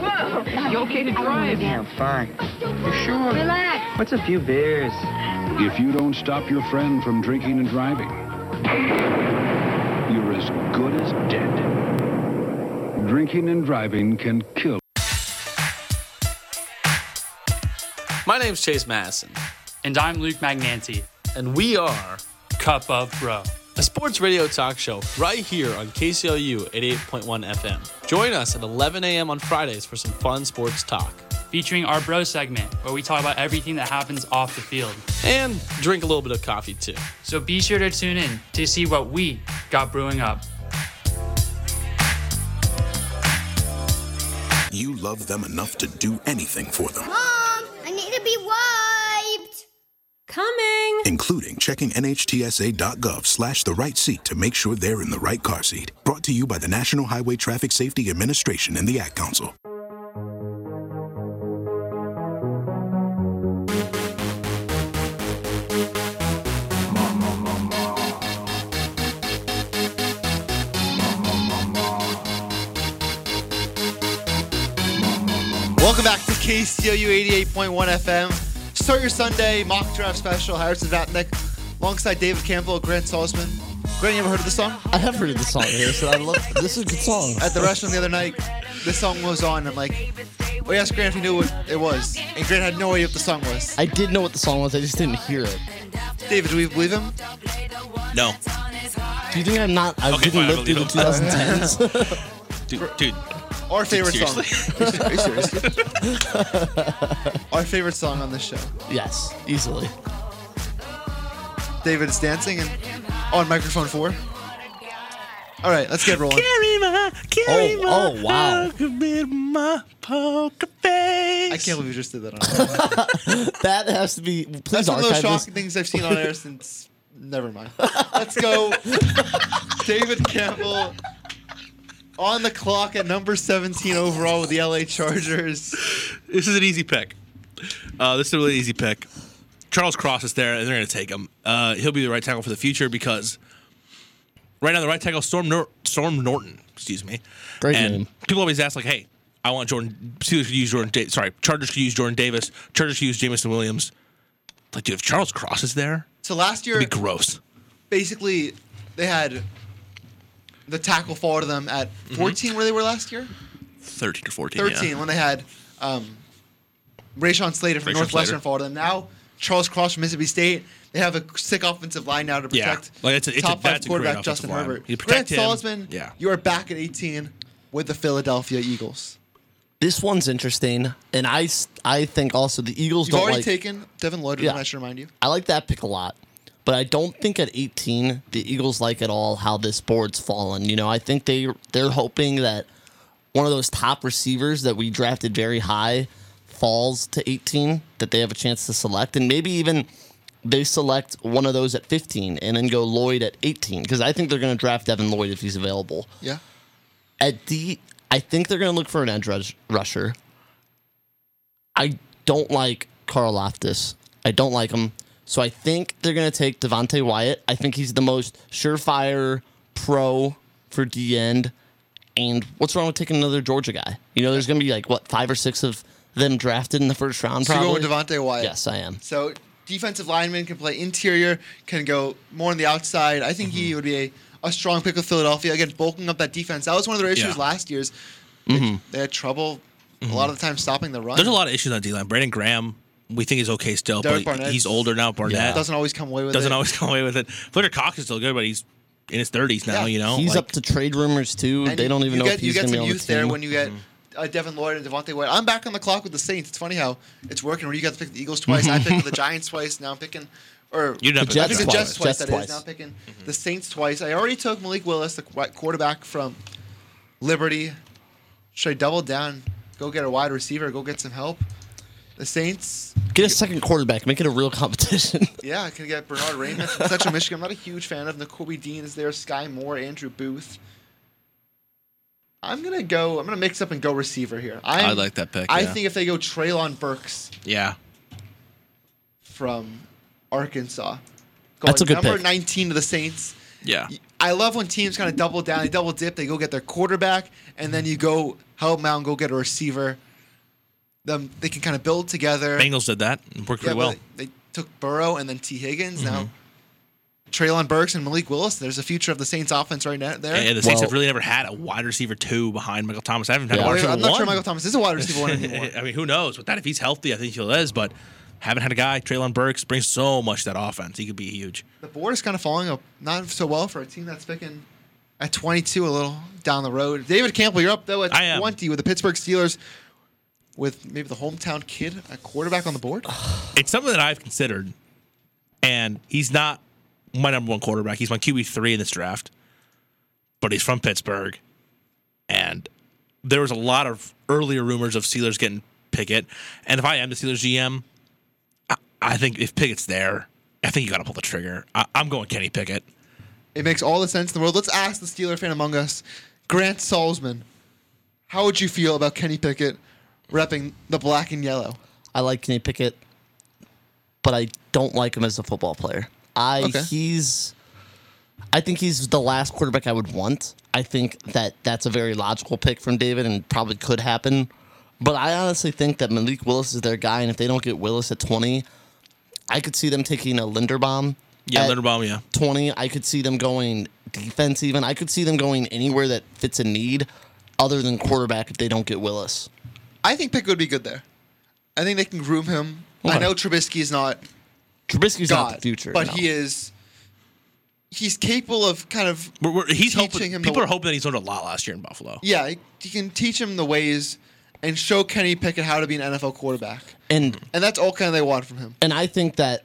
Whoa. You okay to drive? Yeah, I'm fine. You sure? Relax. What's a few beers? If you don't stop your friend from drinking and driving, you're as good as dead. Drinking and driving can kill. My name's Chase Madison. And I'm Luke Magnanti. And we are Cup of Bro, a sports radio talk show right here on KCLU 88.1 FM. Join us at 11 a.m. on Fridays for some fun sports talk. featuring our bro segment where we talk about everything that happens off the field. And drink a little bit of coffee too. So be sure to tune in to see what we got brewing up. You love them enough to do anything for them, Mom, I need to be wiped. Coming. including checking NHTSA.gov slash the right seat to make sure they're in the right car seat. Brought to you by the National Highway Traffic Safety Administration and the Ad Council. Welcome back to KCOU 88.1 FM. Start your Sunday mock draft special. Harrison Vatnik alongside David Campbell, Grant Salzman. Grant, you ever heard of this song? I have heard of the song here, so I love this is a good song. At the restaurant the other night, this song was on. I'm like, we asked Grant if he knew what it was. And Grant had no idea what the song was. I did know what the song was, I just didn't hear it. David, do we believe him? No, Do you think I'm not? I Okay, fine, I didn't live through the believe 2010s. dude, dude Our favorite seriously? [LAUGHS] song. Are you serious? Our favorite song on this show. [LAUGHS] yes, easily. David is dancing and on microphone four. All right, let's get rolling. Oh, carry my, carry Oh, oh, wow. poker, my poker face. I can't believe you just did that. On air. that has to be. Please That's one of those archive this. shocking things I've seen on air since. [LAUGHS] Never mind. Let's go. David Campbell on the clock at number 17 overall with the LA Chargers. This is an easy pick. Uh, this is a really easy pick. Charles Cross is there, and they're going to take him. Uh, he'll be the right tackle for the future because right now the right tackle is Storm Nor- Storm Norton, excuse me. Great and name. People always ask like, "Hey, I want Jordan. Steelers could use Jordan. Da- sorry, Chargers could use Jordan Davis. Chargers could use Jamison Williams." Like, dude, if Charles Cross is there, So last year, it'd be gross. basically, they had the tackle fall to them at Mm-hmm. 14, where they were last year? Thirteen or fourteen. 13 Yeah. when they had um, Rayshon Slater from Rashawn Northwestern Slater. fall to them. Now Charles Cross from Mississippi State. They have a sick offensive line now to Yeah. protect Like, it's a- it's a- top five that's a great quarterback offensive Justin line. Herbert. You Grant protect him. Salzman, Yeah. you are back at 18 with the Philadelphia Eagles. This one's interesting, and I s- I think also the Eagles You've don't already like. taken Devin Lloyd. Yeah. I should remind you. I like that pick a lot, but I don't think at 18 the Eagles like at all how this board's fallen. You know, I think they they're hoping that one of those top receivers that we drafted very high falls to 18 that they have a chance to select and maybe even they select one of those at 15 and then go Lloyd at 18 because I think they're going to draft Devin Lloyd if he's available. Yeah. At D, I think they're going to look for an edge rush- rusher. I don't like Carl Loftus. I don't like him. So I think they're going to take Devontae Wyatt. I think he's the most surefire pro for D end. And what's wrong with taking another Georgia guy? You know, there's going to be like, what, five or six of them drafted in the first round, So you're probably? going Devontae Wyatt. Yes, I am. So defensive lineman can play interior, can go more on the outside. I think Mm-hmm. he would be a, a strong pick with Philadelphia. Again, bulking up that defense. That was one of their issues Yeah. last year's. Mm-hmm. They had trouble a lot of the time stopping the run. There's a lot of issues on D line. Brandon Graham, we think is okay still, Derek but Barnett's- he's older now. Barnett doesn't always come away with it. doesn't always [LAUGHS] come away with it. Flitter Cox is still good, but he's in his 30s now. You know, he's Like, up to trade rumors, too. And they don't even you know get, if he's you get going to be some on the youth there team. when you get uh, Devin Lloyd and Devontae White. I'm back on the clock with the Saints. It's funny how it's working. Where you got to pick the Eagles twice, I picked the [LAUGHS] Giants twice. Now I'm picking or You didn't have to I pick picked the the Jets Giants. twice. Jets That is twice. now I'm picking the Saints twice. I already took Malik Willis, the qu- quarterback from Liberty. Should I double down? Go get a wide receiver. Go get some help. The Saints. Get a second quarterback. Make it a real competition. Yeah, I can get Bernard Raymond from Central Michigan. I'm not a huge fan of. N'Kobe Dean is there. Sky Moore, Andrew Booth. I'm gonna go. I'm gonna mix up and go receiver here. i I like that pick, I yeah. think if they go Traylon Burks yeah, from Arkansas, going That's a good number pick. 19 to the Saints. yeah. I love when teams kind of double down, they double dip, they go get their quarterback, and then you go help 'em out and go get a receiver. Them they can kind of build together. Bengals did that and worked Yeah, pretty well, well. They, they took Burrow and then T. Higgins. Now Mm-hmm. Traylon Burks and Malik Willis. There's a future of the Saints offense right now. There. And and the Saints have really never had a wide receiver two behind Michael Thomas. I haven't had a wide I'm receiver not one. Eh, sure Michael Thomas is a wide receiver one [LAUGHS] anymore. I mean, who knows? With that, if he's healthy, I think he'll is. But haven't had a guy. Traylon Burks brings so much to that offense. He could be huge. The board is kind of falling up not so well for a team that's picking at 22 a little down the road. David Campbell, you're up though at 20 with the Pittsburgh Steelers, with maybe the hometown kid, a quarterback on the board. It's something that I've considered, and he's not my number one quarterback. He's my QB three in this draft, but he's from Pittsburgh, and there was a lot of earlier rumors of Steelers getting Pickett. And if I am the Steelers GM, I, I think if Pickett's there, I think you got to pull the trigger. I, I'm going Kenny Pickett. It makes all the sense in the world. Let's ask the Steeler fan among us, Grant Salzman, how would you feel about Kenny Pickett repping the black and yellow? I like Kenny Pickett, but I don't like him as a football player. I Okay. he's I think he's the last quarterback I would want. I think that that's a very logical pick from David and probably could happen. But I honestly think that Malik Willis is their guy, and if they don't get Willis at 20, I could see them taking a Linderbaum. Yeah, at Linderbaum. Yeah, 20. I could see them going defense, even. I could see them going anywhere that fits a need other than quarterback if they don't get Willis. I think Pickett would be good there. I think they can groom him. I Okay. know Trubisky is not Trubisky's God, not the future. but no. he is. He's capable of kind of. We're, we're, he's teaching hoping him people the, are hoping that he's learned a lot last year in Buffalo. Yeah, he- he can teach him the ways and show Kenny Pickett how to be an NFL quarterback, and and that's all kind of they want from him. And I think that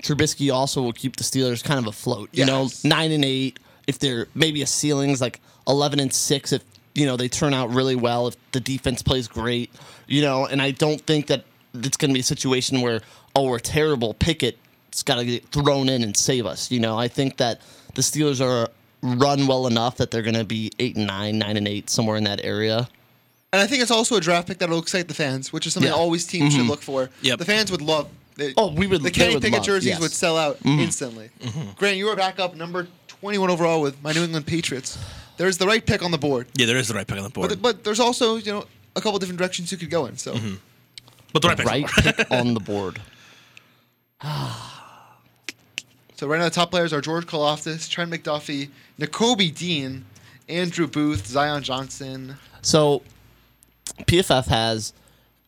Trubisky also will keep the Steelers kind of afloat. You know, nine and eight. If they're maybe a ceiling's like eleven and six, if you know they turn out really well if the defense plays great, you know, and I don't think that it's going to be a situation where oh we're terrible, Pickett's got to get thrown in and save us, you know. I think that the Steelers are run well enough that they're going to be eight and nine, nine and eight, somewhere in that area. And I think it's also a draft pick that'll excite the fans, which is something Yeah. always teams should Mhm. look for. Yep. The fans would love. They, Oh, we would- The they Kenny would Pickett love, jerseys yes. would sell out Mhm. instantly. Grant, you are back up number 21 overall with my New England Patriots. There's the right pick on the board, Yeah, there is the right pick on the board. but but there's also you know a couple different directions you could go in. So Mm-hmm. But the right pick. pick on the board. so right now the top players are George Koloftis, Trent McDuffie, N'Kobe Dean, Andrew Booth, Zion Johnson. So PFF has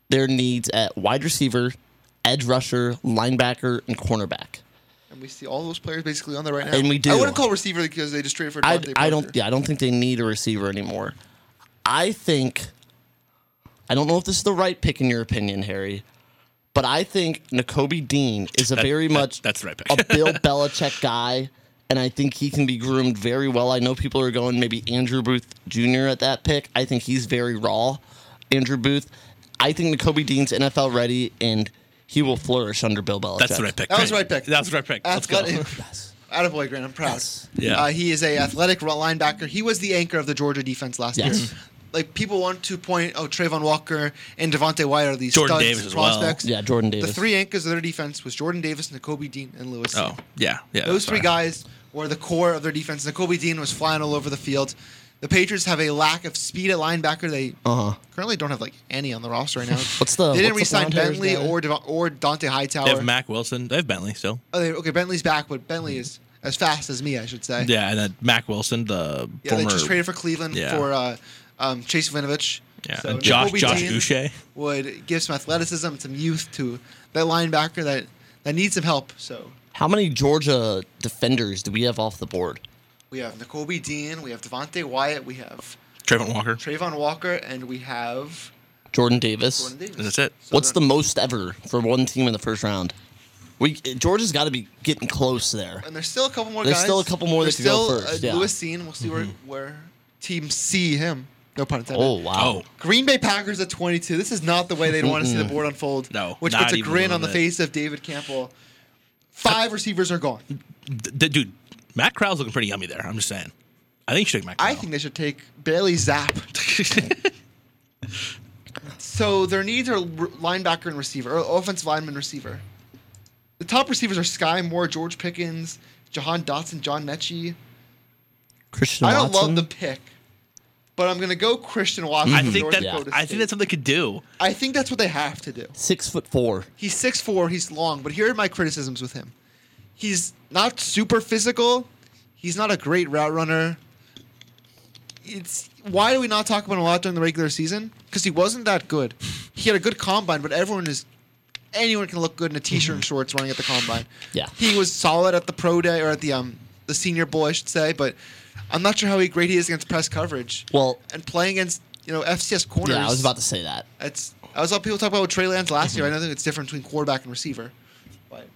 their needs at wide receiver, edge rusher, linebacker, and cornerback. And we see all those players basically on there right now. And we do. I wouldn't call receiver because they just traded for. I, Devontae I Parker. don't yeah, I don't think they need a receiver anymore. I think I don't know if this is the right pick in your opinion, Harry, but I think N'Kobe Dean is a That- very that- much that's the right pick. a [LAUGHS] Bill Belichick guy, and I think he can be groomed very well. I know people are going maybe Andrew Booth Jr. at that pick. I think he's very raw. Andrew Booth. I think N'Kobe Dean's NFL ready, and he will flourish under Bill Belichick. That's the right pick. That was the right pick. That was the right pick. Let's go. Athletic. [LAUGHS] Out of boy, Grant. I'm proud. Yeah. Uh, he is a athletic ro- linebacker. He was the anchor of the Georgia defense last Yes. year. Like people want to point, oh, Trayvon Walker and Devontae White are these Jordan studs, Davis as well. prospects. Yeah, Jordan Davis. The three anchors of their defense was Jordan Davis, N'Kobe Dean, and Lewis. Oh, yeah, yeah. Those sorry. three guys were the core of their defense. N'Kobe Dean was flying all over the field. The Patriots have a lack of speed at linebacker. They Uh huh. currently don't have like any on the roster right now. [LAUGHS] What's the? they didn't what's the resign Brown-Harris Bentley guy? or Devo- or Dante Hightower. They have Mac Wilson. They have Bentley still. Oh, they, okay, Bentley's back, but Bentley is as fast as me, I should say. Yeah, and then Mac Wilson, the Yeah, former. they just traded for Cleveland Yeah. for uh, um, Chase Vinovich. Yeah, and Josh- Jacoby Josh Dean Uche. would give some athleticism, some youth to that linebacker that that needs some help. So How many Georgia defenders do we have off the board? we have N'Kobe Dean, we have Devontae Wyatt, we have Trayvon Walker. Trayvon Walker, and we have Jordan Davis. Jordan Davis. uh, That's it. What's the most ever for one team in the first round? We Georgia's got to be getting close there. and there's still a couple more There's guys. still a couple more There's that could go still, first, Uh, yeah. Mm-hmm. Lewis Seen, we'll see where where teams see him. No pun intended. Oh wow! Green Bay Packers at 22. This is not the way they'd want to see the Mm-mm. board unfold. No, Which not puts a even a grin little on the bit. face of David Campbell. Five receivers are gone. D- d- dude, Matt Crowell's looking pretty yummy there. I'm just saying. I think you should take Matt Crowell. I think they should take Bailey [LAUGHS] Zapp. so their needs are r- linebacker and receiver, or offensive lineman receiver. The top receivers are Sky Moore, George Pickens, Jahan Dotson, John Mechie. Christian I don't love Watson. the pick, but I'm going to go Christian Watson. I from think North that Dakota I State. think that's something they could do. I think that's what they have to do. Six foot four. He's 6'4, he's long, but here are my criticisms with him. He's not super physical. He's not a great route runner. It's why do we not talk about him a lot during the regular season? Because he wasn't that good. He had a good combine, but everyone is anyone can look good in a t-shirt and shorts running at the combine. Mm-hmm. Yeah. He was solid at the pro day or at the um the senior bowl, I should say, but I'm not sure how great he is against press coverage. Well, And playing against, you know, FCS corners. yeah, I was about to say that. It's I was all people talk about with Trey Lance last Mm-hmm. year. I don't think it's different between quarterback and receiver. But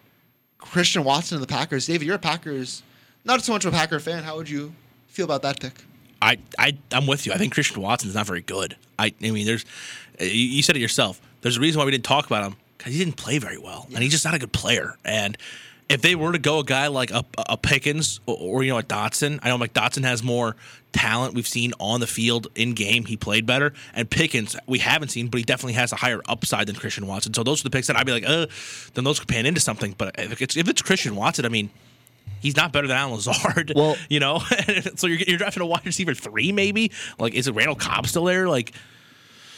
Christian Watson and the Packers. David, you're a Packers, not so much of a Packer fan. How would you feel about that pick? I, I I'm with you. I think Christian Watson's not very good. I I mean, there's you, you said it yourself. There's a reason why we didn't talk about him because he didn't play very well, and he's just not a good player. And if they were to go a guy like a, a Pickens or, or you know a Dotson, I know like Dotson has more talent we've seen on the field in game. He played better, and Pickens we haven't seen, but he definitely has a higher upside than Christian Watson. So those are the picks that I'd be like, uh, then those could pan into something. But if it's if it's Christian Watson, I mean. He's not better than Alan Lazard. [LAUGHS] Well, you know, so you're, you're drafting a wide receiver three, maybe. Like, is it Randall Cobb still there? Like,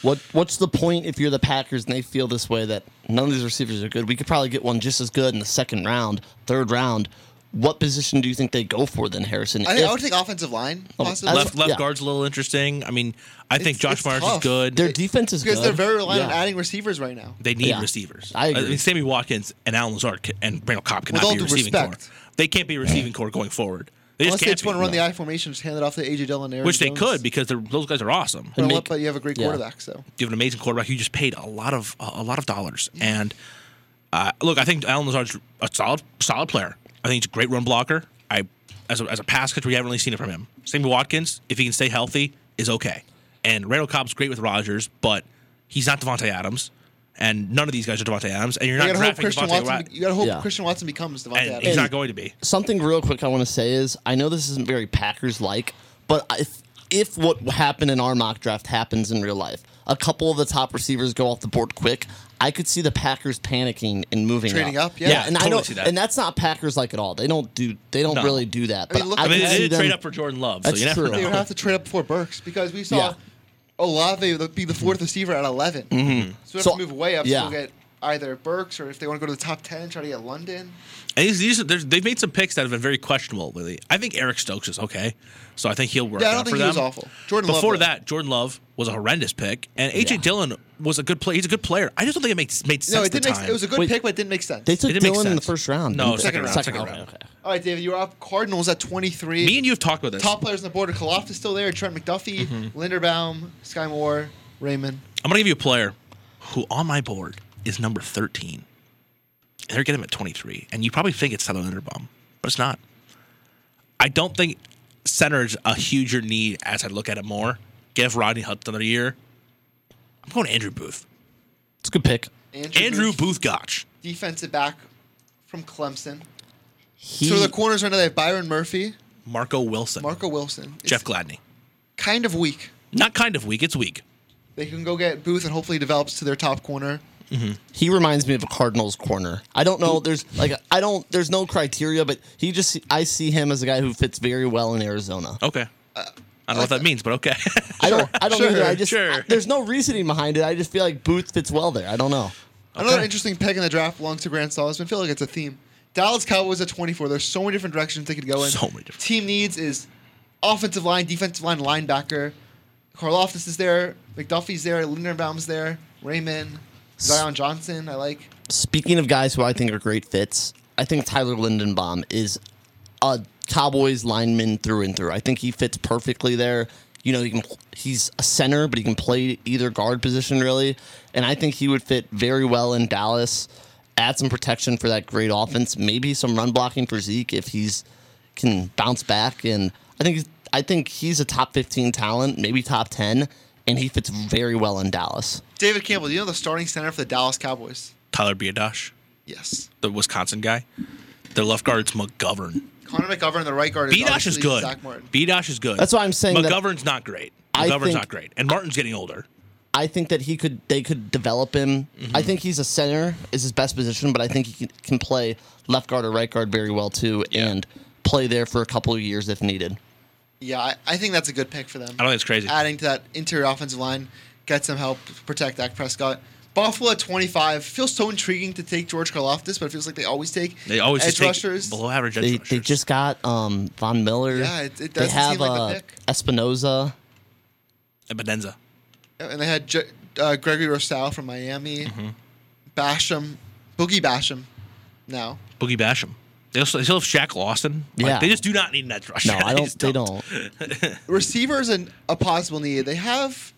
What What's the point if you're the Packers and they feel this way that none of these receivers are good? We could probably get one just as good in the second round, third round. What position do you think they go for then, Harrison? I, think, I If- would take offensive line. Oh, Possibly. Um, left left yeah. guard's a little interesting. I mean, I think Josh Myers tough. is good. their defense is because good. they're very reliant on Yeah. adding receivers right now. They need Yeah. receivers. I agree. mean, Sammy Watkins and Alan Lazard ca- and Randall Cobb cannot all be a due receiving respect. core. They can't be a receiving core going forward. They Unless just they can't just want to be. run the I formation, just hand it off to AJ Dillon. and Aaron which they Jones. could because they're, those guys are awesome. But, what- but you have a great yeah. quarterback, so you have an amazing quarterback who just paid a lot of a lot of dollars. And uh, look, I think Alan Lazard's a solid solid player. I think he's a great run blocker. I as a, as a pass catcher, we haven't really seen it from him. Sammy Watkins, if he can stay healthy, is okay. And Randall Cobb's great with Rogers, but he's not Devontae Adams. And none of these guys are Devontae Adams. And you're You not gotta hope drafting Christian Devontae Watson. Ra- You gotta hope Yeah. Christian Watson becomes Devontae Adams. And Something real quick I want to say is I know this isn't very Packers like, but if if what happened in our mock draft happens in real life, a couple of the top receivers go off the board quick. I could see the Packers panicking and moving Trading up, yeah. and I Totally know, see that. and that's's not Packers like at all. They don't do they don't No. really do that. I But mean, look I at- I mean, could they see did them- trade up for Jordan Love, That's true. They would Uh-huh. have to trade up before Burks because we saw Yeah. Olave would be the fourth receiver at 11. Mhm. So we have So- to move way up. yeah. So we'll get either Burks or if they want to go to the top 10, try to get London. And these, these, there's- they've made some picks that have been very questionable lately. I think Eric Stokes is okay, so I think he'll work Yeah, I don't out think for he them. was awful. Jordan Love Before was. that, Jordan Love was a horrendous pick, and AJ Dillon was a good player. He's a good player. I just don't think it makes made sense. No, at it the didn't make, time. it was a good pick, but it didn't make sense. It didn't make sense. didn't No, they? second, round. Second, Second round. round. All right, David, you're up. Cardinals at 23. Me and you have talked about this. Top players on the board are Kaloft is still there, Trent McDuffie, Mm-hmm. Linderbaum, Sky Moore, Raymond. I'm gonna give you a player who on my board is number 13. They're getting him at 23, and you probably think it's Tyler Linderbaum, but it's not. I don't think center's a huger need as I look at it more. Give Rodney Hudson another year. I'm going Andrew Booth. It's a good pick. Andrew Andrew Booth, Gotch. Defensive back from Clemson. He- so the corners right now they have Byron Murphy, Marco Wilson, Marco Wilson. Jeff Gladney. Kind of weak. Not kind of weak. It's weak. They can go get Booth and hopefully develops to their top corner. He reminds me of a Cardinals corner. I don't know. There's like I don't. There's no criteria, but he just I see him as a guy who fits very well in Arizona. Okay. I don't know what that means, but okay. [LAUGHS] I don't. I don't Sure, either. I just sure. there's no reasoning behind it. I just feel like Booth fits well there. I don't know. Another interesting pick in the draft belongs to Grant Solomon. I feel like it's a theme. Dallas Cowboys at 24. There's so many different directions they could go in. So many different- Team needs is offensive line, defensive line, linebacker. Karloftis is there. McDuffie's there. Linderbaum's there. Raymond. Zion Johnson, I like. Speaking of guys who I think are great fits, I think Tyler Lindenbaum is a Cowboys lineman through and through. I think he fits perfectly there. You know, he can, he's a center, but he can play either guard position really, and I think he would fit very well in Dallas. Add some protection for that great offense, maybe some run blocking for Zeke if he's can bounce back. And I think I think he's a top fifteen talent, maybe top ten, and he fits very well in Dallas. David Campbell, do you know the starting center for the Dallas Cowboys? Tyler Biodash. Yes. The Wisconsin guy. Their left guard's McGovern. Connor McGovern, the right guard. Bdosh is obviously good. Zach Martin. Bdosh is good. That's why I'm saying that- McGovern's not great. I McGovern's think- not great, and Martin's getting older. I think that he could they could develop him. Mm-hmm. I think he's a center is his best position, but I think he can, can play left guard or right guard very well too, and play there for a couple of years if needed. Yeah, I, I think that's a good pick for them. I don't think it's crazy. Adding to that interior offensive line, get some help, protect Dak Prescott. Buffalo at 25 feels so intriguing to take George Karloftis, but it feels like they always take They always edge just take rushers. below average. They, they just got um, Von Miller. Yeah, it- it they doesn't have uh, seem like a pick. Espinoza. And Bedenza. And they had J- uh, Gregory Rosal from Miami, Mm-hmm. Basham, Boogie Basham. Now Boogie Basham. They also they still have Shaq Lawson. Like, Yeah. they just do not need an edge rusher. [LAUGHS] No, I don't- just they receivers and a possible need. They have,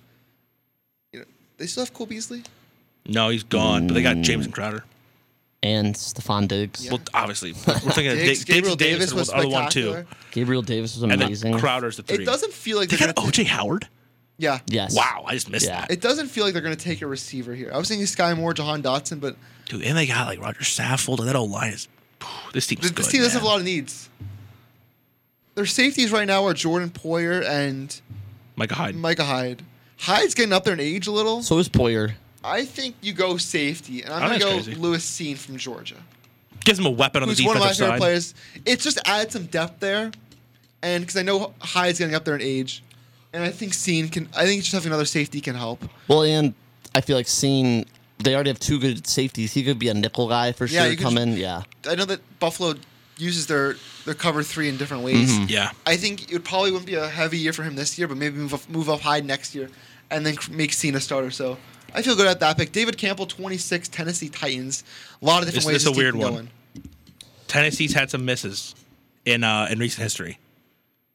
you know, they still have Cole Beasley. no, he's gone. But they got Jameson Crowder. and Stephon Diggs. Well, [LAUGHS] obviously, we're thinking of Diggs, Diggs, Gabriel Diggs and Davis was are the one too. spectacular. Gabriel Davis was And then amazing. Crowder's the three. It doesn't feel like They they're got gonna OJ Howard. Yeah. Yes. Wow, I just missed that. It doesn't feel like they're going to take a receiver here. I was thinking Sky Moore, Jahan Dotson, but Dude, and they got like Roger Saffold, and that old line is. This team's this, good. this team doesn't have man. a lot of needs. Their safeties right now are Jordan Poyer and Micah Hyde. Micah Hyde. Hyde's getting up there in age a little. So is Poyer. I think you go safety, and I'm I going think to go it's crazy. Lewis Seen from Georgia, Gives him a weapon on the who's one of my defensive favorite side. players. It's just added some depth there, and because I know Hyde's getting up there in age, and I think Seen can. I think just having another safety can help. Well, and I feel like seeing they already have two good safeties. He could be a nickel guy for Yeah, sure. you could Come just- in, yeah. I know that Buffalo uses their their cover three in different ways. Mm-hmm. Mhm. Yeah. I think it probably wouldn't be a heavy year for him this year, but maybe move up, move up high next year, and then cr- make Cena starter. So I feel good at that pick. David Campbell, twenty six, Tennessee Titans. A lot of different This- ways. this is a this team weird can go one. in. Tennessee's had some misses in uh, in recent history.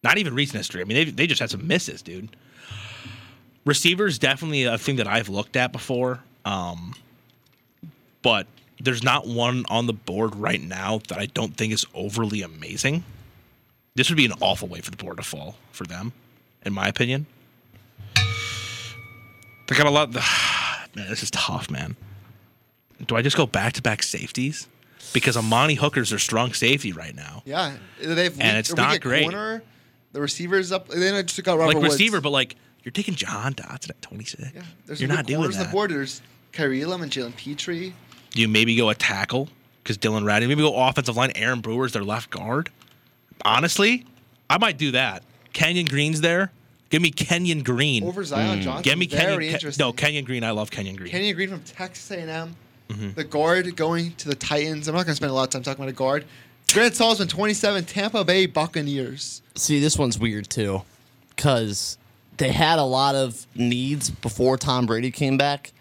Not even recent history. I mean, they they just had some misses, dude. Receivers definitely a thing that I've looked at before, um, but there's not one on the board right now that I don't think is overly amazing. This would be an awful way for the board to fall for them, in my opinion. They got a lot. [SIGHS] man, this is tough, man. Do I just go back to back safeties? Because Amani Hooker's their strong safety right now. Yeah, they have And weak- it's a not weak great. Corner, the receivers up. They just got Robert like Woods. receiver, but like you're taking John Dotson at 26. There's you're some not good doing corners On that. the board. There's Kyrie Elam and Jalen Petrie. Do you maybe go a tackle because Dylan Radley? Maybe go offensive line. Aaron Brewer's their left guard. Honestly, I might do that. Kenyon Green's there. Give me Kenyon Green Over Zion Johnson, Mm. Give me very Kenyon. Ke- interesting. no, Kenyon Green. I love Kenyon Green. Kenny Green from Texas A&M. Mm-hmm. Mhm. The guard going to the Titans. I'm not going to spend a lot of time talking about a guard. Grant Salzman, 27, Tampa Bay Buccaneers. See, this one's weird too, because they had a lot of needs before Tom Brady came back,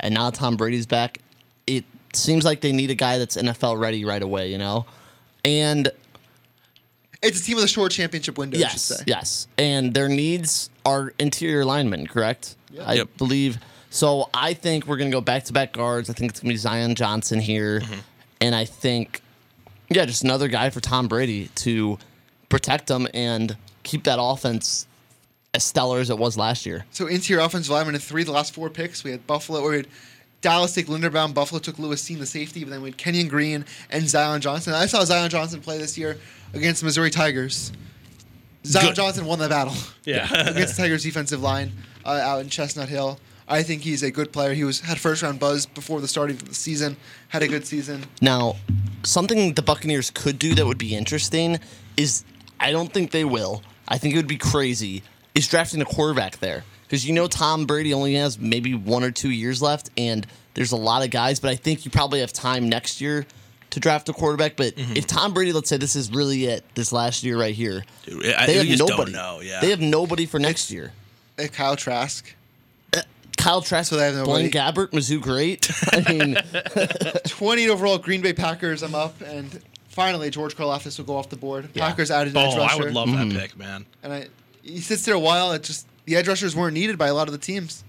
and now Tom Brady's back. It seems like they need a guy that's NFL ready right away, you know? And It's a team with a short championship window, I should yes, say. yes. And their needs are interior linemen, correct? I Yep. believe. So I think we're going to go back to back guards. I think it's going to be Zion Johnson here. And I think, yeah, just another guy for Tom Brady to protect him and keep that offense as stellar as it was last year. So interior offensive lineman in three of the last four picks. We had Buffalo, or we had Dallas take Linderbaum. Buffalo took Lewis Seen the safety, but then we had Kenyon Green and Zion Johnson. I saw Zion Johnson play this year against the Missouri Tigers. Zion Good. Johnson won the battle. [LAUGHS] Yeah. [LAUGHS] against the Tigers defensive line uh, out in Chestnut Hill. I think he's a good player. He was had first round buzz before the starting of the season. Had a good season. Now, something the Buccaneers could do that would be interesting is I don't think they will. I think it would be crazy is drafting a quarterback there because you know Tom Brady only has maybe one or two years left, and there's a lot of guys. But I think you probably have time next year to draft a quarterback. But Mm-hmm. if Tom Brady, let's say this is really it, this last year right here, Dude, I- you just don't know, yeah. they have nobody for next year. They have Uh, Kyle Trask. Kyle Trask, so they have nobody. Blaine Gabbert, Mizzou, great. [LAUGHS] I mean, 20 overall Green Bay Packers. I'm up, and finally George Karlaftis will go off the board. Yeah. Packers added an edge Oh, rusher. I would love that pick, man. And I, he sits there a while. It just the edge rushers weren't needed by a lot of the teams.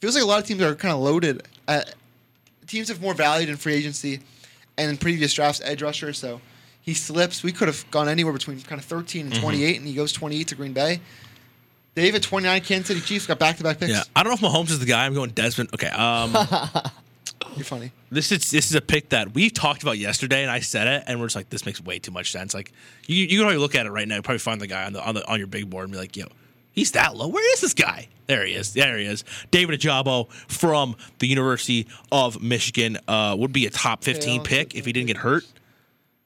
Feels like a lot of teams are kind of loaded. Uh, teams have more valued in free agency and in previous drafts edge rusher. So he slips. We could have gone anywhere between kind of 13 and Mhm. 28, and he goes 28 to Green Bay. Dave at 29, Kansas City Chiefs got back-to-back picks. Yeah, I don't know if Mahomes is the guy. I'm going Desmond. [LAUGHS] Okay. Um, You're funny. This is this is a pick that we talked about yesterday, and I said it, and we're just like, this makes way too much sense. Like, you you can probably look at it right now, you probably find the guy on the on the on your big board and be like, yo, he's that low. Where is this guy? There he is. There he is. David Ajabo from the University of Michigan uh, would be a top 15 pick if he didn't get hurt,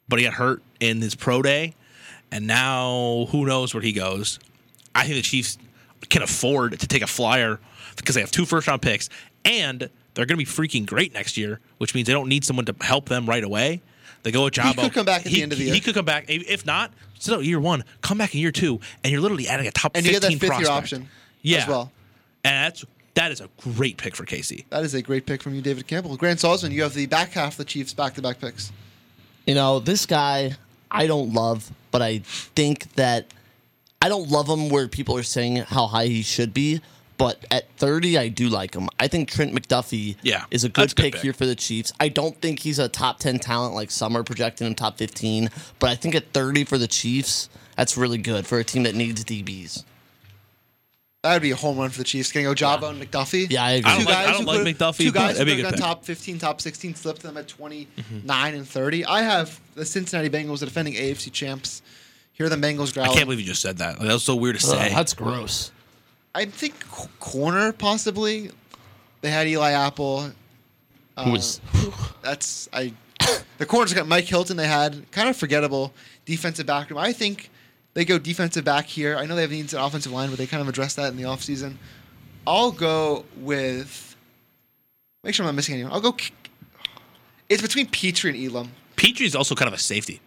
but he got hurt in his pro day, and now who knows where he goes. I think the Chiefs can afford to take a flyer because they have two first round picks and they're going to be freaking great next year, which means they don't need someone to help them right away. They go with Jabo. could come back at the end of the year. He could come back. If if not, sit out year one, come back in year two, and you're literally adding a top And you 15 get that fifth-year prospect. option yeah. as well. And that's, that is a great pick for Casey. That is a great pick from you, David Campbell. Grant Salzman, you have the back half of the Chiefs back-to-back picks. You know, this guy I don't love, but I think that I don't love him where people are saying how high he should be. But at 30, I do like him. I think Trent McDuffie Yeah, is a that's good a good pick, pick. here for the Chiefs. I don't think he's a top 10 talent like some are projecting him top 15, but I think at 30 for the Chiefs, that's really good for a team that needs DBs. That would be a home run for the Chiefs. Getting Ojabo and McDuffie. Yeah, I agree. I don't like- I don't who like could've- McDuffie, Two but guys who that'd be a could've good gone pick. top 15, top 16, slipped them at 29 and 30. I have the Cincinnati Bengals, the defending AFC champs. Here are the Bengals growling. I can't believe you just said that. Like, that was so weird to Ugh, say. Uh, that's gross. I think c- corner possibly. They had Eli Apple. Who was- that's I. The corners got Mike Hilton. They had kind of forgettable defensive back room. I think they go defensive back here. I know they have needs at offensive line, but they kind of addressed that in the offseason. I'll go with. Make sure I'm not missing anyone. I'll go. k- It's between Petrie and Elam. Petrie's also kind of a safety.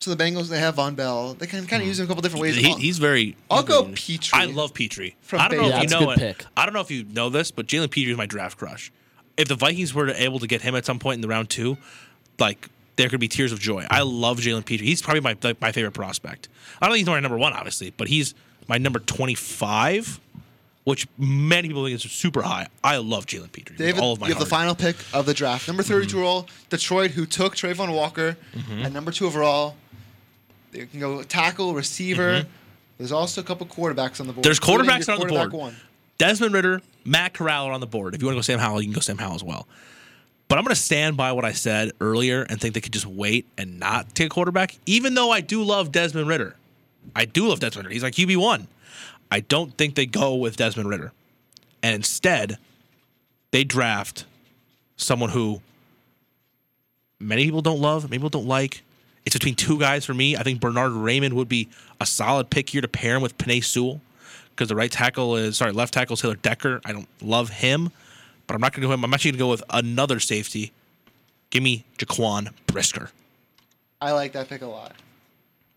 So the Bengals they have Von Bell. They can kind of use him a couple different ways. Hmm. He, I'll- he's very. I'll go Petrie. I love Petrie. From I don't know Baylor. if you Yeah, that's a know good it. pick. I don't know if you know this, but Jalen Petrie is my draft crush. If the Vikings were able to get him at some point in the round two, like there could be tears of joy. I love Jalen Petrie. He's probably my like, my favorite prospect. I don't think he's my number one, obviously, but he's my number twenty five, which many people think is super high. I love Jalen Petrie. with David, all of my you have the heart. Mm-hmm. final pick of the draft. Number 32 overall, Detroit, who took Trayvon Walker. Mhm. And number two overall, they can go tackle, receiver. There's also a couple quarterbacks on the board. Mm-hmm. There's including quarterbacks your on the quarterback board. One. Desmond Ritter, Matt Corral are on the board. If you want to go Sam Howell, you can go Sam Howell as well. But I'm going to stand by what I said earlier and think they could just wait and not take a quarterback, even though I do love Desmond Ritter. I do love Desmond Ritter. He's like QB1. I don't think they go with Desmond Ritter. And instead, they draft someone who many people don't love, many people don't like. It's between two guys for me. I think Bernard Raymond would be a solid pick here to pair him with Panay Sewell because the right tackle is sorry, left tackle is Taylor Decker. I don't love him, but I'm not going to go him. I'm actually going to go with another safety. Give me Jaquan Brisker. I like that pick a lot.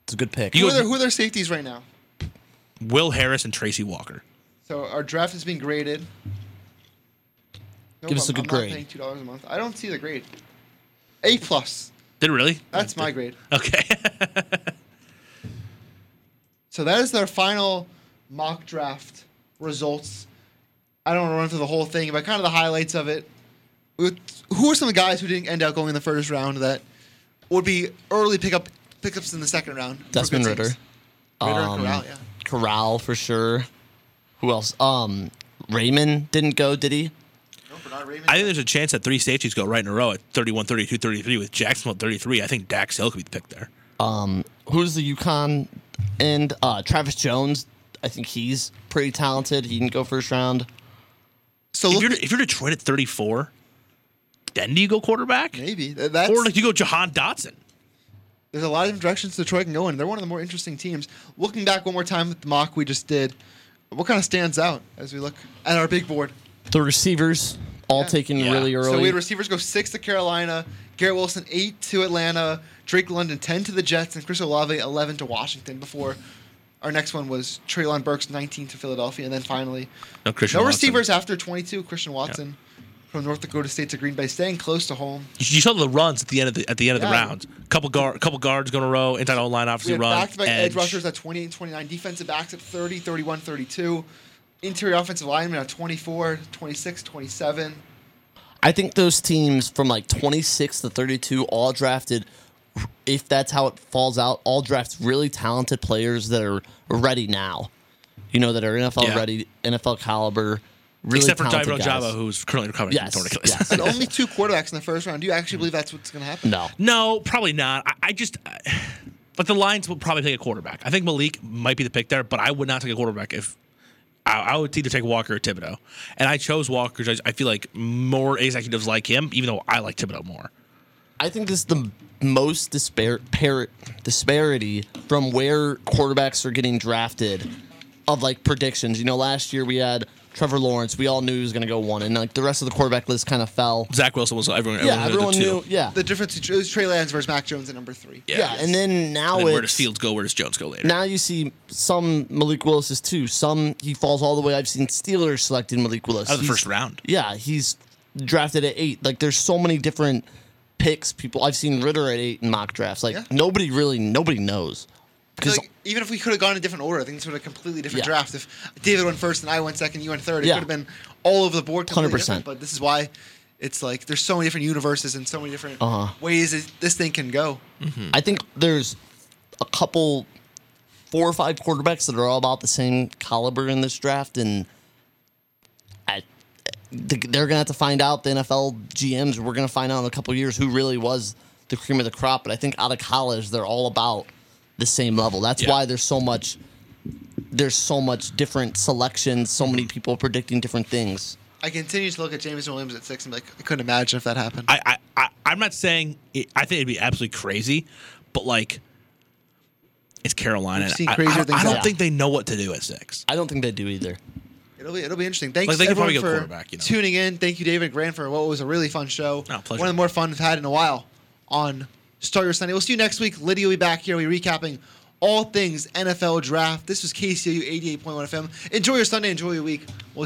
It's a good pick. Who are, their, who are their safeties right now? Will Harris and Tracy Walker. So our draft is being graded. No Give us a problem. good I'm grade. Not paying two dollars a month. I don't see the grade. A plus. Did it really? That's my grade. Okay. [LAUGHS] So that is their final mock draft results. I don't want to run through the whole thing, but kind of the highlights of it. With, who are some of the guys who didn't end up going in the first round that would be early pickup pickups in the second round? for Desmond good teams? Ritter. Ritter and Um, Oh, Corral, yeah. Corral for sure. Who else? Um, Raymond didn't go, did he? I think there's a chance that three safeties go right in a row at 31, 32, 33 with Jacksonville at 33. I think Dax Hill could be picked there. Um, who's the UConn end? Uh, Travis Jones. I think he's pretty talented. He didn't go first round. So if, you're, if you're Detroit at 34, then do you go quarterback? Maybe. That's, or like you go Jahan Dotson. There's a lot of directions Detroit can go in. They're one of the more interesting teams. Looking back one more time at the mock we just did, what kind of stands out as we look at our big board? The receivers all taken really early. So we had receivers go six to Carolina, Garrett Wilson eight to Atlanta, Drake London ten to the Jets, and Chris Olave eleven to Washington. Before our next one was Traylon Burks nineteen to Philadelphia, and then finally No Christian no Watson. receivers after twenty two. Christian Watson from North Dakota State to Green Bay, staying close to home. You you saw the runs at the end of the at the end of the Yeah. round. Couple guard, couple guards going to row. Inside O line We obviously had run. back-to-back edge edge. rushers at 28 and 29, defensive backs at 30, 31, 32, interior offensive linemen at 24, 26, 27. I think those teams from like 26 to 32 all drafted, if that's how it falls out, all draft really talented players that are ready now. You know, that are NFL Yeah. ready, NFL caliber. Really Except for talented Tyrell guys. Java, who's currently recovering Yes, from torn Achilles. [LAUGHS] yes. And only two quarterbacks in the first round. Do you actually believe that's what's going to happen? No. No, probably not. I, I just, but the Lions will probably take a quarterback. I think Malik might be the pick there, but I would not take a quarterback if I, I would either take Walker or Thibodeau. And I chose Walker because I, I feel like more executives like him, even though I like Thibodeau more. I think this is the most dispar- par- disparity from where quarterbacks are getting drafted of like predictions. You know, last year we had Trevor Lawrence. We all knew he was going to go one, and like the rest of the quarterback list kind of fell. Zach Wilson was everyone. yeah, everyone everyone knew the knew. two. Yeah, The difference between- it was Trey Lance versus Mac Jones at number three. yeah, and then now And then where it's does Fields go? Where does Jones go later? now you see some Malik Willis's too. Some he falls all the way. I've seen Steelers selecting Malik Willis Out of the He's- first round. Yeah, he's drafted at eight. Like there's so many different picks. People I've seen Ritter at eight in mock drafts. Like Yeah. nobody really nobody knows I feel because like even if we could have gone a different order, I think this would have been a completely different Yeah. draft. If David went first and I went second, you went third, it Yeah. could have been all over the board. completely 100%. different, But this is why it's like there's so many different universes and so many different Uh-huh. ways that this thing can go. I think there's a couple four or five quarterbacks that are all about the same caliber in this draft and. I, th- they're gonna have to find out the NFL GMs. We're gonna find out in a couple years who really was the cream of the crop. But I think out of college, they're all about the same level. That's why there's so much. There's so much different selections. So many people predicting different things. I continue to look at Jameson Williams at six and be like, I couldn't imagine if that happened. I, I, I I'm not saying it, I think it'd be absolutely crazy, but like it's Carolina. We've seen I- I, crazier don't- I things don't happen. think they know what to do at six. I don't think they do either. It'll be it'll be interesting. Thanks Like, they could everyone probably go for quarterback, you know. tuning in. Thank you, David Grand, for what was a really fun show. Oh, pleasure. One of the more fun we've had in a while on Start Your Sunday. We'll see you next week. Lydia will be back here. We'll be recapping all things NFL draft. This was KCU 88.1 FM. Enjoy your Sunday. Enjoy your week. We'll